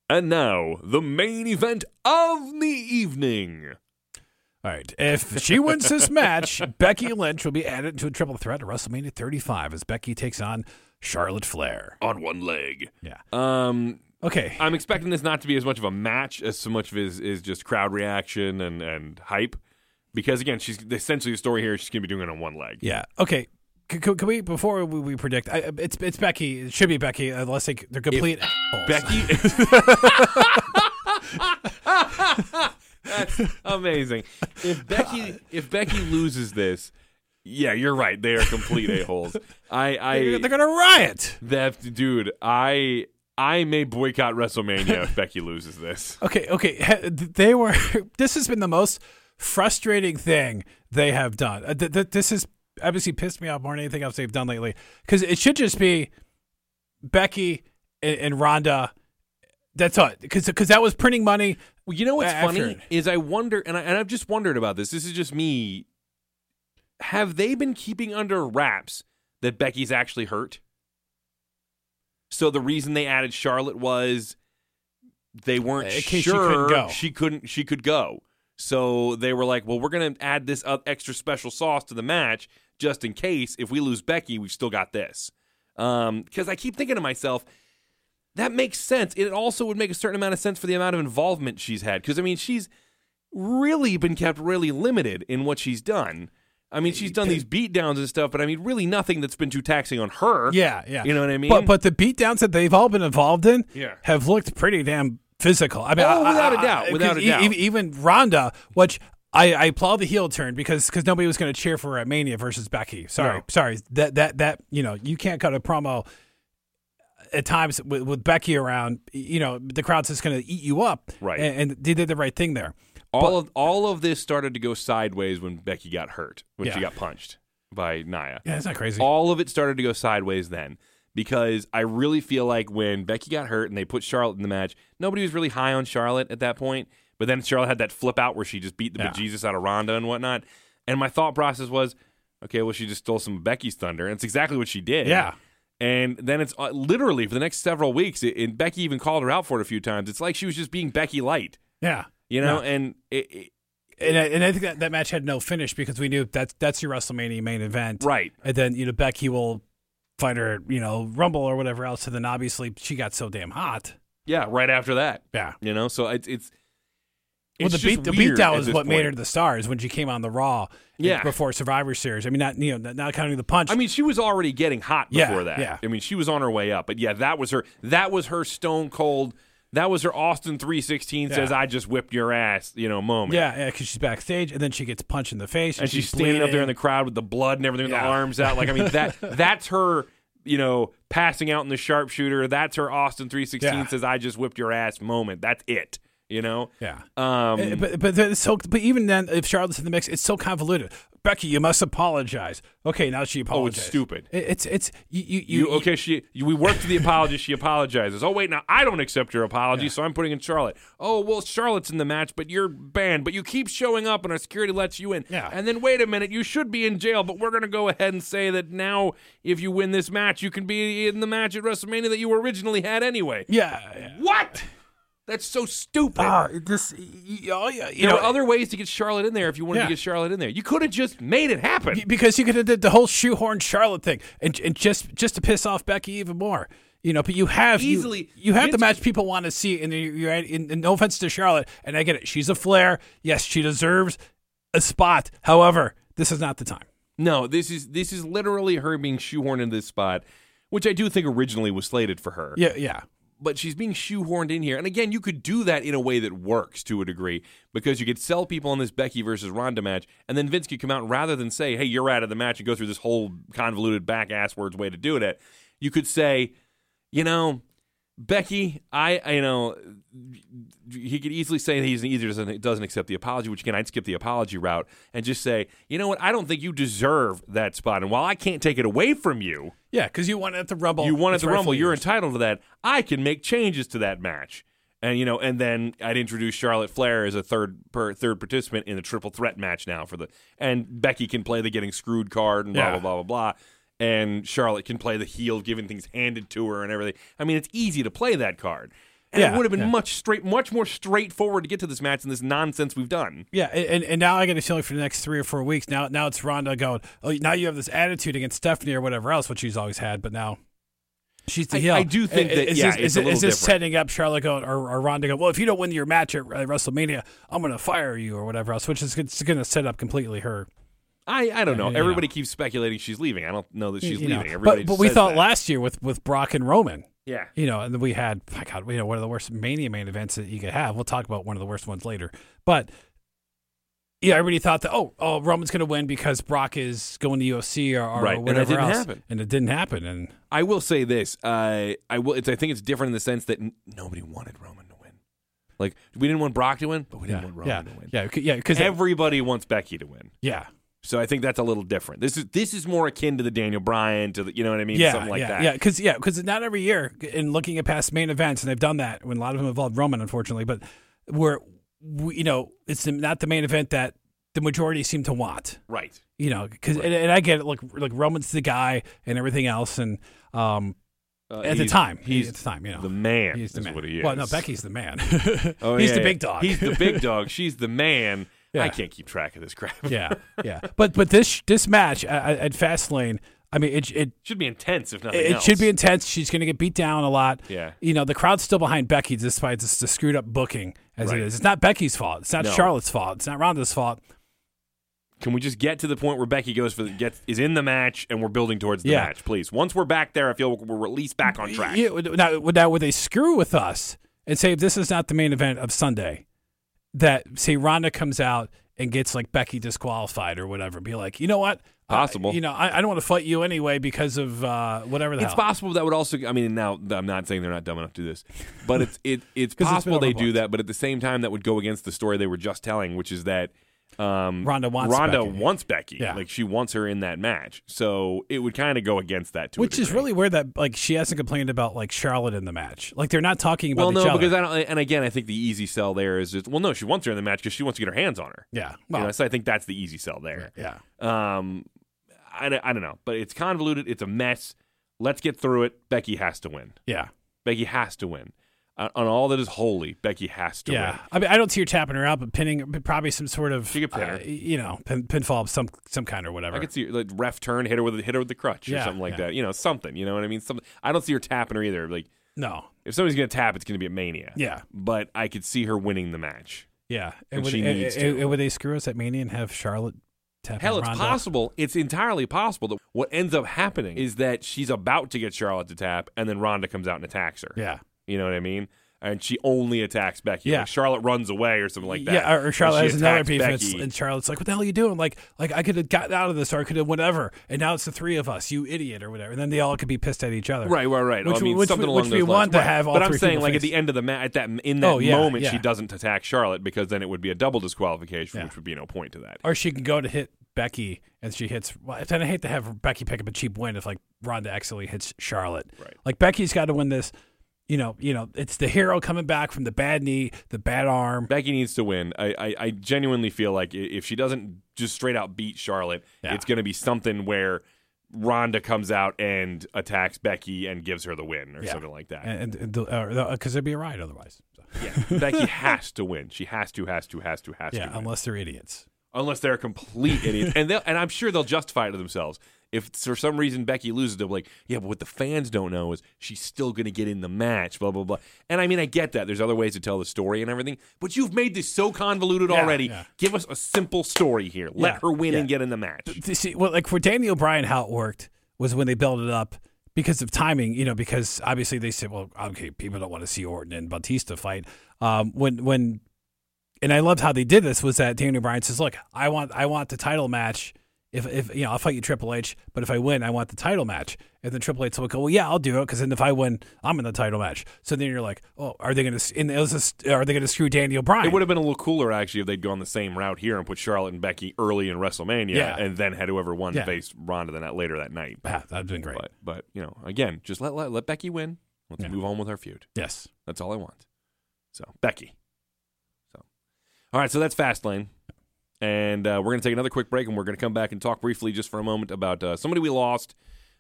And now, the main event of the evening. All right. If she wins this match, Becky Lynch will be added to a triple threat at WrestleMania 35 as Becky takes on Charlotte Flair. On one leg. Yeah. Um, Okay. I'm expecting this not to be as much of a match as so much of is is just crowd reaction and, and hype. Because again, she's essentially the story here. is She's gonna be doing it on one leg. Yeah. Okay. C- c- can we before we, we predict? I, it's it's Becky. It should be Becky unless they, they're complete. assholes. Becky. That's amazing. If Becky if Becky loses this, yeah, you're right. They are complete a holes. I I They're, they're gonna riot. That dude, I I may boycott WrestleMania if Becky loses this. Okay. Okay. He- They were. This has been the most frustrating thing they have done. Uh, th- th- this has obviously pissed me off more than anything else they've done lately. Because it should just be Becky and, and Ronda. That's all. Because that was printing money. Well, you know what's After funny it. is I wonder, and I, and I've just wondered about this. This is just me. Have they been keeping under wraps that Becky's actually hurt? So the reason they added Charlotte was they weren't In case she couldn't sure go. she couldn't she could go. So they were like, "Well, we're going to add this up extra special sauce to the match just in case if we lose Becky, we've still got this." Um, cuz I keep thinking to myself, that makes sense. It also would make a certain amount of sense for the amount of involvement she's had. Because I mean, she's really been kept really limited in what she's done. I mean, she's done these beatdowns and stuff, but I mean, really nothing that's been too taxing on her. Yeah, yeah. You know what I mean? But but the beatdowns that they've all been involved in Yeah. have looked pretty damn physical. I mean, Oh, I- without a I- doubt, I- without a 'cause e- doubt. e- even Ronda, which I, I applaud the heel turn because because nobody was going to cheer for her at Mania versus Becky. Sorry, No. sorry. That that that you know you can't cut a promo at times with, with Becky around. You know the crowd's just going to eat you up. Right. And, and they did the right thing there. all of all of this started to go sideways when Becky got hurt when she Yeah. got punched by Naya. Yeah, that's not crazy. All of it started to go sideways then because I really feel like when Becky got hurt and they put Charlotte in the match, nobody was really high on Charlotte at that point. But then Charlotte had that flip out where she just beat the Yeah. bejesus out of Ronda and whatnot. And my thought process was, okay, well, she just stole some of Becky's thunder. And it's exactly what she did. Yeah. And then it's uh, literally for the next several weeks, it, and Becky even called her out for it a few times. It's like she was just being Becky Light, yeah. you know? Yeah. And it, it, and I, and I think that, that match had no finish because we knew that's that's your WrestleMania main event, Right. And then you know Becky will fight her, you know, Rumble or whatever else, and then obviously she got so damn hot. yeah, right after that. Yeah. You know? So it's, it's, Well, it's the just beat the weird beatdown at is this what made point. her the stars when she came on the Raw, uh, Yeah. before Survivor Series. I mean, not you know, not, not counting the punch. I mean, she was already getting hot Yeah, before that. yeah. I mean, she was on her way up. But yeah, that was her. That was her stone cold. That was her Austin three sixteen says Yeah. I just whipped your ass. You know moment. yeah, yeah, because she's backstage, and then she gets punched in the face, And she's, standing up there in the crowd with the blood and everything, with the Yeah. arms out. Like I mean, that that's her. You know, passing out in the sharpshooter. That's her Austin three sixteen Yeah. says I just whipped your ass moment. That's it. You know? Yeah. Um, Uh, but but then it's so but even then, if Charlotte's in the mix, it's so convoluted. Becky, you must apologize. Okay, now she Oh, it's apologizes. stupid. It- it's it's you you, you, You, okay, she you, we worked to the apology. She apologizes. Oh wait, now I don't accept your apology, so I'm putting in Charlotte. Oh well, Charlotte's in the match, but you're banned. But you keep showing up, and our security lets you in. Yeah. And then wait a minute, you should be in jail, but we're gonna go ahead and say that now, if you win this match, you can be in the match at WrestleMania that you originally had anyway. Yeah. yeah. What? That's so stupid. Ah, it just y- y- oh yeah, you there know were other ways to get Charlotte in there if you wanted Yeah. to get Charlotte in there. You could have just made it happen. because you could have did the whole shoehorn Charlotte thing, and and just just to piss off Becky even more. You know, but you have you- Easily. you, have the Vince- match people want to see, and you- you're right. And, and no offense to Charlotte, and I get it. She's a flair. Yes, she deserves a spot. However, this is not the time. No, this is this is literally her being shoehorned into this spot, which I do think originally was slated for her. Yeah, yeah. But she's being shoehorned in here. And again, you could do that in a way that works to a degree because you could sell people on this Becky versus Ronda match, and then Vince could come out and rather than say, "Hey, you're out of the match," and go through this whole convoluted back ass words way to do it. You could say, you know, Becky, I, I- you know, he could easily say that he's an either doesn't, doesn't accept the apology, which again, I'd skip the apology route and just say, you know what, I don't think you deserve that spot. And while I can't take it away from you, Yeah, because you want it at the Rumble. you won at It's the Rumble, rightfully you're yours. entitled to that. I can make changes to that match. And you know, and then I'd introduce Charlotte Flair as a third per, third participant in the triple threat match now for the and Becky can play the getting screwed card and blah blah Yeah. blah blah blah. And Charlotte can play the heel, giving things handed to her and everything. I mean, it's easy to play that card. And it Yeah, would have been yeah. much straight much more straightforward to get to this match than this nonsense we've done. Yeah, and, and- and now I get a feeling for the next three or four weeks. Now, now it's Ronda going. Oh, now you have this attitude against Stephanie or whatever else, which she's always had, but now she's the I- heel. I do think I- that, is yeah, this, it's is, a it- little is this different. setting up Charlotte going or, or Ronda going? Well, if you don't win your match at uh, WrestleMania, I'm going to fire you or whatever else, which is going to set up completely her. I, I don't know. you know. Everybody keeps speculating she's leaving. I don't know that she's you know. leaving. Everybody just But but we says thought that. last year with with Brock and Roman. Yeah. you know, and then we had, my God, you know, one of the worst Mania main events that you could have. We'll talk about one of the worst ones later. But yeah, everybody thought that, oh, oh Roman's going to win because Brock is going to UFC or, or Right, and that whatever didn't else. happen. And it didn't happen. And I will say this. Uh, I will. It's, I think it's different in the sense that n- nobody wanted Roman to win. Like we didn't want Brock to win, but we didn't yeah, want Roman yeah, to win. yeah, c- yeah, because Everybody wants Becky to win, yeah, so I think that's a little different. This is this is more akin to the Daniel Bryan to the you know what I mean, yeah, something like yeah, that. yeah, because yeah, because not every year. In looking at past main events, and they've done that when a lot of them involved Roman, unfortunately, but where we, you know, it's not the main event that the majority seem to want. Right. you know, because and, and I get it. Like like Roman's the guy and everything else, and um, Uh, at the he's- time, he's at the time, you know, the man. he's the is man. what he is. Well, no, Becky's the man. Oh, he's yeah, the yeah. big dog. He's the big dog. She's the man. Yeah. I can't keep track of this crap. yeah, yeah. But but this this match uh, at Fastlane, I mean, it it should be intense if nothing it else. should be intense. She's going to get beat down a lot. Yeah. You know, the crowd's still behind Becky despite this, the screwed up booking as Right. it is. It's not Becky's fault. It's not No. Charlotte's fault. It's not Ronda's fault. Can we just get to the point where Becky goes for the gets is in the match and we're building towards the Yeah. match, please? Once we're back there, I feel we're at least back on track. Yeah, now, now, would they screw with us and say this is not the main event of Sunday? That say Ronda comes out and gets like Becky disqualified or whatever. Be like, you know what? Uh, Possible. you know, I, I don't want to fight you anyway because of uh, whatever the It's hell. possible that would also. I mean, now I'm not saying they're not dumb enough to do this, but it's it it's 'Cause it's been possible they do overbooked. that. But at the same time, that would go against the story they were just telling, which is that um, Ronda wants Ronda Becky. wants Becky. Yeah. Like she wants her in that match, so it would kind of go against that to a Which is degree. really weird that like she hasn't complained about like Charlotte in the match. Like they're not talking about well, each no, other. because I don't. And again, I think the easy sell there is just well, no, she wants her in the match because she wants to get her hands on her. yeah, You well, know, so I think that's the easy sell there. yeah. Um, I, don't- I don't know, but it's convoluted. It's a mess. Let's get through it. Becky has to win. Yeah, Becky has to win. On on all that is holy, Becky has to yeah. win. I mean, I don't see her tapping her out, but pinning but probably some sort of She could pin her. uh, you know pin, pinfall of some some kind or whatever. I could see her, like ref turn, hit her with hit her with the crutch or Yeah, something like yeah. that. You know, something. You know what I mean? Something. I don't see her tapping her either. Like no, if somebody's gonna tap, it's gonna be a mania. Yeah. But I could see her winning the match. Yeah, And she and- needs and- to. and would they screw us at Mania and have Charlotte? Tap Hell, in it's Ronda? possible. It's entirely possible that what ends up happening is that she's about to get Charlotte to tap, and then Ronda comes out and attacks her. Yeah, You know what I mean? and she only attacks Becky. Yeah. Like Charlotte runs away or something like that. Yeah, or, or And Charlotte she has another attacks beef, and, it's- Becky. and Charlotte's like, "What the hell are you doing? Like, like I could have gotten out of this, or I could have whatever." And now it's the three of us, you idiot, or whatever. And then they all could be pissed at each other. Right, right, right. Which I we- mean, which something we- along which those we lines. want to have all But I'm three saying, people like at face. the end of the match, at that in that Oh, yeah, moment, she yeah. doesn't attack Charlotte because then it would be a double disqualification, Yeah. which would be no point to that. Or she can go to hit Becky, and she hits. Well, then I hate to have Becky pick up a cheap win if like Ronda actually hits Charlotte. Right. Like Becky's got to win this. You know, you know, it's the hero coming back from the bad knee, the bad arm. Becky needs to win. I, I, I genuinely feel like i- if she doesn't just straight out beat Charlotte, Yeah. it's going to be something where Ronda comes out and attacks Becky and gives her the win or Yeah. something like that. And because there'd be a riot otherwise. So, Yeah. Becky has to win. She has to, has to, has to, has to. yeah, win. unless they're idiots. unless they're complete idiots, and they'll, and I'm sure they'll justify it to themselves. If for some reason Becky loses, they'll be like, "Yeah, but what the fans don't know is she's still going to get in the match." Blah blah blah. And I mean, I get that. There's other ways to tell the story and everything, but you've made this so convoluted Yeah, already. yeah. Give us a simple story here. Let Yeah, her win yeah. and get in the match. You see, well, like for Daniel Bryan, how it worked was when they built it up because of timing. You know, because obviously they said, "Well, okay, people don't want to see Orton and Batista fight." Um, when when, and I loved how they did this was that Daniel Bryan says, "Look, I want I want the title match. If if you know, I'll fight you Triple H, but if I win, I want the title match." And then Triple H will go, "Well, yeah, I'll do it because then if I win, I'm in the title match." So then you're like, "Oh, are they going to? And it was a, are they going to screw Daniel Bryan?" It would have been a little cooler actually if they'd gone the same route here and put Charlotte and Becky early in WrestleMania, Yeah. and then had whoever won Yeah. face Ronda the night later that night. Yeah, that'd been great. But but you know, again, just let let, let Becky win. Let's Yeah. move on with our feud. Yes. That's all I want. So Becky. So all right, so that's Fastlane, and uh, we're gonna take another quick break, and we're gonna come back and talk briefly, just for a moment, about uh, somebody we lost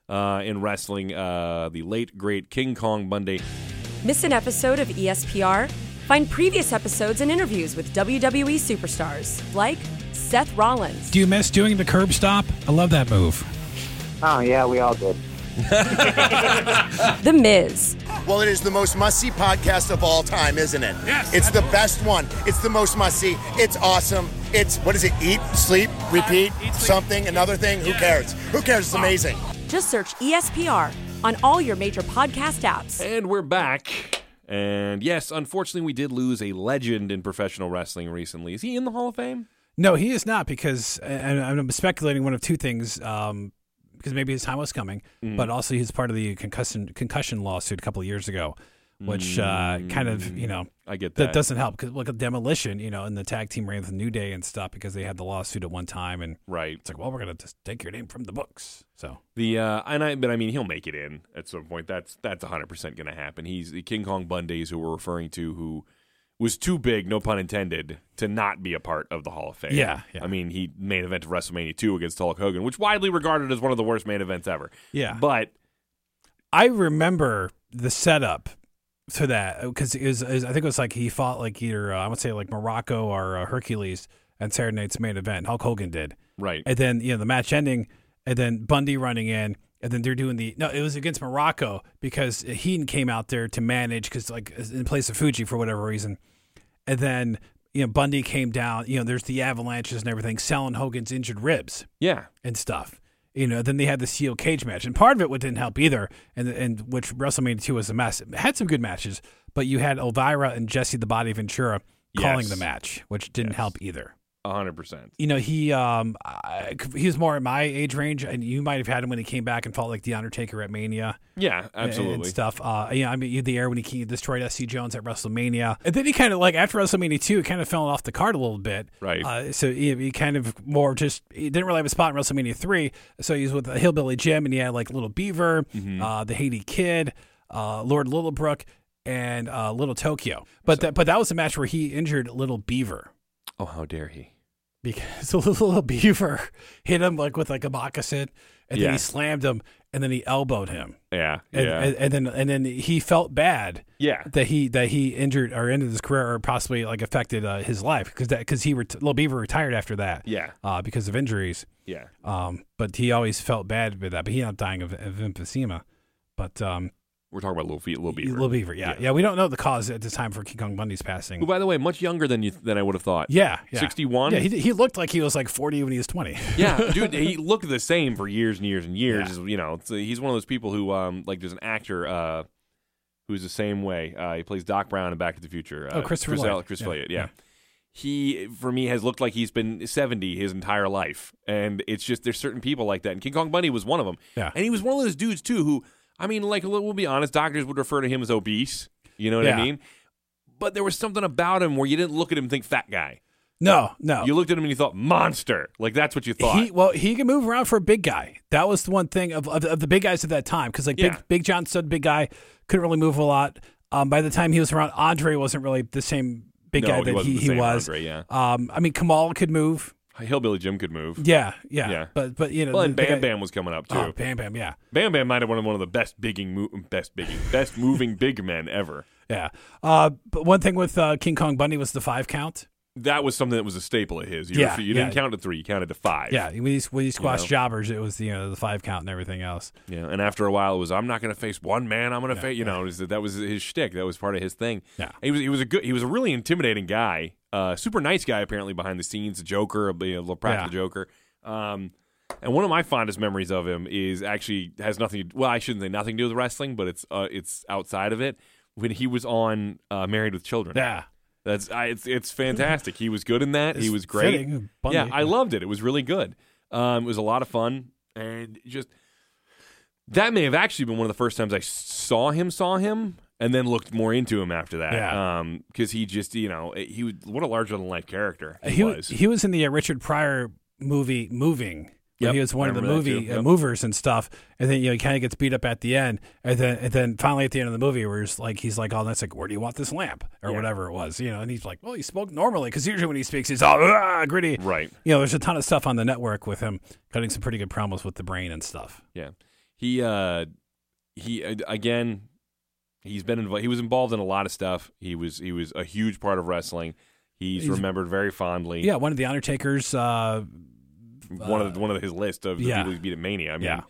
uh, in wrestling, uh, the late great King Kong Bundy. Miss an episode of E ESPR? Find previous episodes and interviews with WWE superstars like Seth Rollins, Do you miss doing the curb stop? I love that move. Oh yeah, we all did. The Miz, Well, it is the most must see podcast of all time, isn't it? Yes. It's the best one. It's the most must see. It's awesome. It's, what is it? Eat, sleep, repeat, something, another thing. Who cares? Who cares? It's amazing. Just search E ESPR on all your major podcast apps. And we're back. And yes, unfortunately, we did lose a legend in professional wrestling recently. Is he in the Hall of Fame? No, he is not because, and and I'm speculating one of two things. Um, because maybe his time was coming, Mm. but also he's part of the concussion concussion lawsuit a couple of years ago, which uh, kind of you know Mm, I get that that. doesn't help because look at demolition, you know, and the tag team ran with New Day and stuff because they had the lawsuit at one time, and right. it's like, well, we're gonna just take your name from the books. So The uh, and I, but I mean, he'll make it in at some point. That's that's hundred percent going to happen. He's the King Kong Bundy's who we're referring to, who was too big, no pun intended, to not be a part of the Hall of Fame. Yeah, yeah. I mean, he main event of WrestleMania two against Hulk Hogan, which widely regarded as one of the worst main events ever. Yeah. but I remember the setup to that because it was, it was- I think it was like he fought like either uh, I would say like Morocco or uh, Hercules and Saturday Night's main event. Hulk Hogan did, right, and then you know the match ending, and then Bundy running in, and then they're doing the no, it was against Morocco because Heenan came out there to manage because like in place of Fuji for whatever reason, and then you know Bundy came down. You know there's the avalanches and everything selling Hogan's injured ribs yeah, and stuff. You know, then they had the steel cage match, and part of it didn't help either, and and which WrestleMania two was a mess. It had some good matches, but you had Elvira and Jesse the Body Ventura calling Yes. the match, which didn't help either. hundred percent. You know, he um I, he was more in my age range, and you might have had him when he came back and fought like the Undertaker at Mania Yeah, and- absolutely. and stuff. Uh, yeah, I mean, you- the air when he ke- destroyed SC Jones at WrestleMania, and then he kind of like after WrestleMania two, kind of fell off the card a little bit. Right. Uh, so he, he kind of more just he didn't really have a spot in WrestleMania three. So he was with the Hillbilly Jim, and he had like Little Beaver, Mm-hmm. uh, the Haiti Kid, uh, Lord Littlebrook, and uh, Little Tokyo. But that but that was a match where he injured Little Beaver. Oh, how dare he! Because the little beaver hit him like with like a moccasin, and then Yeah. he slammed him, and then he elbowed him Yeah, and, yeah, and, and then and then he felt bad yeah. that he that he injured or ended his career or possibly like affected uh, his life because that because he ret- Lil Beaver retired after that Yeah. uh, because of injuries yeah. um but he always felt bad with that but he ended up dying of, of emphysema but um We're talking about little feet, little beaver. Lil Beaver yeah. yeah we don't know the cause at the time for King Kong Bundy's passing Who, by the way, much younger than you than I would have thought. yeah yeah 61? yeah he, he looked like he was like forty when he was twenty yeah, dude, he looked the same for years and years and years. Yeah. You know, it's- he's one of those people who, um, like, there's an actor uh, who's the same way. Uh, he plays Doc Brown in Back to the Future. Uh, Oh, Christopher Chris Lloyd. Al- Chris Yeah, Lloyd, yeah. yeah. He, for me, has looked like he's been 70 his entire life. And it's just, there's certain people like that. And King Kong Bundy was one of them. Yeah. And he was one of those dudes, too, who, I mean, like, we'll we'll be honest, doctors would refer to him as obese. You know what I Yeah. mean? But there was something about him where you didn't look at him and think fat guy. No, no. You looked at him and you thought monster. Like, that's what you thought. He well, he can move around for a big guy. That was the one thing of of, of the big guys at that time because like Yeah. big Big John Stud, big guy, couldn't really move a lot. Um, by the time he was around, Andre wasn't really the same big No, guy he that wasn't he, the he same was. Andre, yeah. Um, I mean Kamal could move. Hillbilly Jim could move. Yeah, yeah, Yeah. But but you know, Well, the- and the Bam guy- Bam was coming up, too. Oh, Bam Bam, yeah, Bam Bam might have been one of the best bigging, mo- best bigging, best moving big men ever. yeah. Uh, but one thing with uh, King Kong Bundy was the five count. That was something that was a staple of his. You, Yeah, ref- you didn't yeah. count to three; you counted to five. Yeah, when he when he squashed know. jobbers, it was you know the five count and everything else. yeah. And after a while, it was I'm not going to face one man. I'm going to face. You know, it was- that was his shtick. That was part of his thing. Yeah. he was he was a good. He was a really intimidating guy. Uh, super nice guy apparently behind the scenes. A Joker, a, you know, a practical Yeah. Joker. Um, and one of my fondest memories of him is actually has nothing. Well, I shouldn't say nothing to do with wrestling, but it's uh, it's outside of it. When he was on uh, Married with Children. Yeah, That's I, it's it's fantastic. He was good in that. he It's was great. fitting, Bundy. Yeah, I loved it. It was really good. Um, it was a lot of fun and just that may have actually been one of the first times I saw him saw him and then looked more into him after that. Yeah. because he just you know eh, he was what a larger than life character he, he was. he was in the uh, Richard Pryor movie Moving. where Yep, he was one I of the remember that movie too, uh, yep. movers and stuff, and then you know he kind of gets beat up at the end, and then and then finally at the end of the movie, where he's like he's like, oh, that's like, where do you want this lamp or whatever it was, you know, and he's like, well, he spoke normally because usually when he speaks, he's all ah, gritty, Right. You know, there's a ton of stuff on the network with him cutting some pretty good promos with the brain and stuff. yeah, he uh, he uh, again. He's been involved. He was involved in a lot of stuff. He was he was a huge part of wrestling. He's, He's- remembered very fondly. Yeah, one of the Undertaker's. Uh, one of the, one of his list of the yeah. people he's beat at Mania. I mean, Yeah.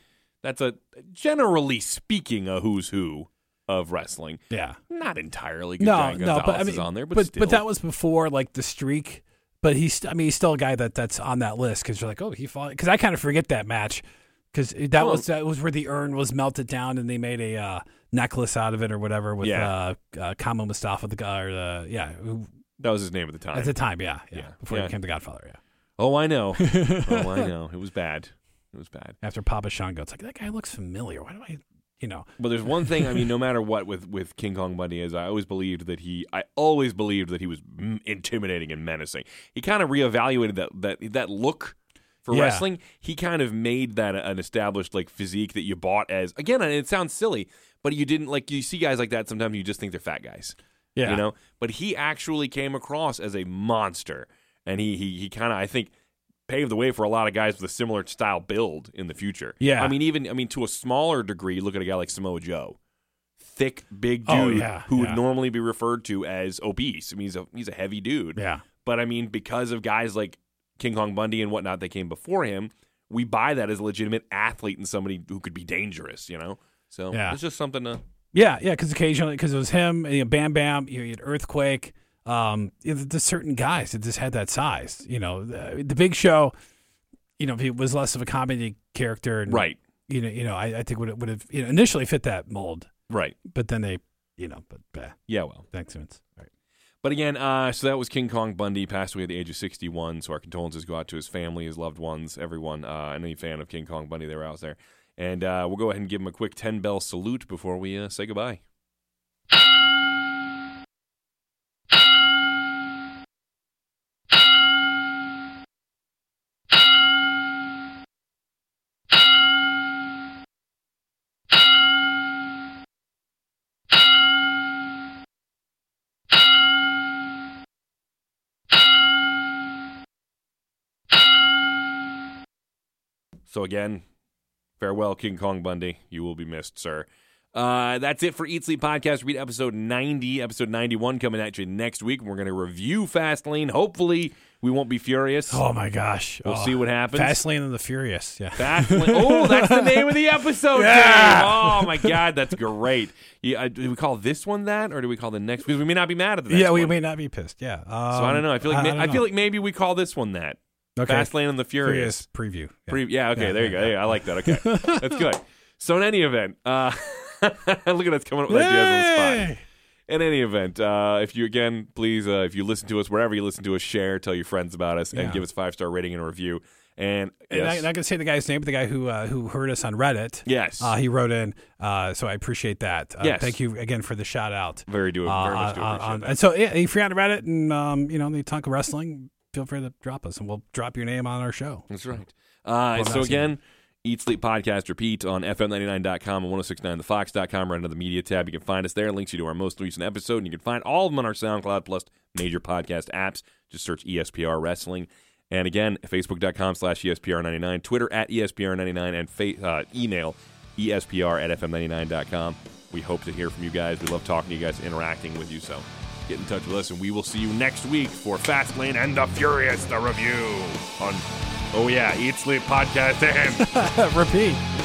that's a generally speaking a who's who of wrestling. yeah, Not entirely. 'cause no, Giant no, but Gonzalez I mean, is on there, but, but, still. that was before like the streak. But he's, I mean, he's still a guy that that's on that list because you're like, oh, he fought. Because I kind of forget that match because that Well- was that was where the urn was melted down and they made a uh, necklace out of it or whatever with Yeah. uh, uh, Kama Mustafa the guy or the yeah who, that was his name at the time. at the time yeah yeah, Yeah, before yeah. he became the Godfather yeah oh, I know. oh, I know. It was bad. It was bad. after Papa Shango it's like that guy looks familiar why do I you know But there's one thing. I mean, no matter what with with King Kong Bundy is, I always believed that he. I always believed that he was m- intimidating and menacing. He kind of reevaluated that that that look. For Yeah. wrestling, he kind of made that a- an established like physique that you bought as again. And it sounds silly, but you didn't like you see guys like that. Sometimes you just think they're fat guys. yeah you know but he actually came across as a monster and he he, he kind of i think paved the way for a lot of guys with a similar style build in the future Yeah. i mean even i mean to a smaller degree look at a guy like samoa joe thick big dude Oh, yeah, who would yeah. normally be referred to as obese i mean he's a he's a heavy dude yeah but i mean because of guys like king kong bundy and whatnot that came before him we buy that as a legitimate athlete and somebody who could be dangerous you know so Yeah. it's just something to Yeah, yeah, because occasionally, because it was him, you know, Bam Bam, you, you had Earthquake, um, you know, there's certain guys that just had that size. You know, the, the Big Show, you know, if he was less of a comedy character, and, right You know, you know, I, I think would would have you know, initially fit that mold, right but then they, you know, but bah, yeah well thanks, Vince. Right. But again, uh, so that was King Kong Bundy, passed away at the age of 61. So our condolences go out to his family, his loved ones, everyone, uh, and any fan of King Kong Bundy that were out there. And uh, we'll go ahead and give him a quick 10 bell salute before we uh, say goodbye. So again, farewell, King Kong Bundy. You will be missed, sir. Uh, that's it for Eat Sleep Podcast Read episode 90. Episode 91 coming at you next week. We're going to review Fastlane. Hopefully, we won't be furious. Oh my gosh, We'll Oh. see what happens. Fastlane and the Furious, yeah. Fastlane. Oh, that's the name of the episode. Yeah. Dave. Oh my God, that's great. Yeah, I- do we call this one that, or do we call the next? Because we may not be mad at the next yeah, we one. may um, not be pissed. Yeah. So I don't know. I feel like ma- I, feel like maybe we call this one that. Okay. Fastlane and the Furious. preview. Yeah. Pre- yeah. Okay. Yeah, there you yeah, go. There you go. I like that. Okay. that's good. So in any event, uh, Look at us coming up with ideas on the spot. In any event, uh, if you again, please, uh, if you listen to us wherever you listen to us, share, tell your friends about us, and Yeah. give us five star rating and a review. And, And yes, I, am not gonna say the guy's name, but the guy who uh, who heard us on Reddit. Yes. uh, he wrote in. Uh, so I appreciate that. Uh, Yes. thank you again for the shout out. very do Uh, very much do on- appreciate on- that. and so yeah, if you're on Reddit and um, you know they talk wrestling, feel free to drop us, and we'll drop your name on our show. That's right. Uh, so Nassim. again, Eat Sleep Podcast Repeat on FM99.com and 1069thefox.com. Right under the media tab, you can find us there. Links you to our most recent episode, and you can find all of them on our SoundCloud plus major podcast apps. Just search E ESPR Wrestling. And again, facebook.com slash E ESPR99, Twitter at E ESPR99, and fa- uh, email E ESPR at FM99.com. We hope to hear from you guys. We love talking to you guys, interacting with you. So get in touch with us, and we will see you next week for Fast Lane and the Furious, the review on, oh yeah, Eat Sleep Podcast and Repeat.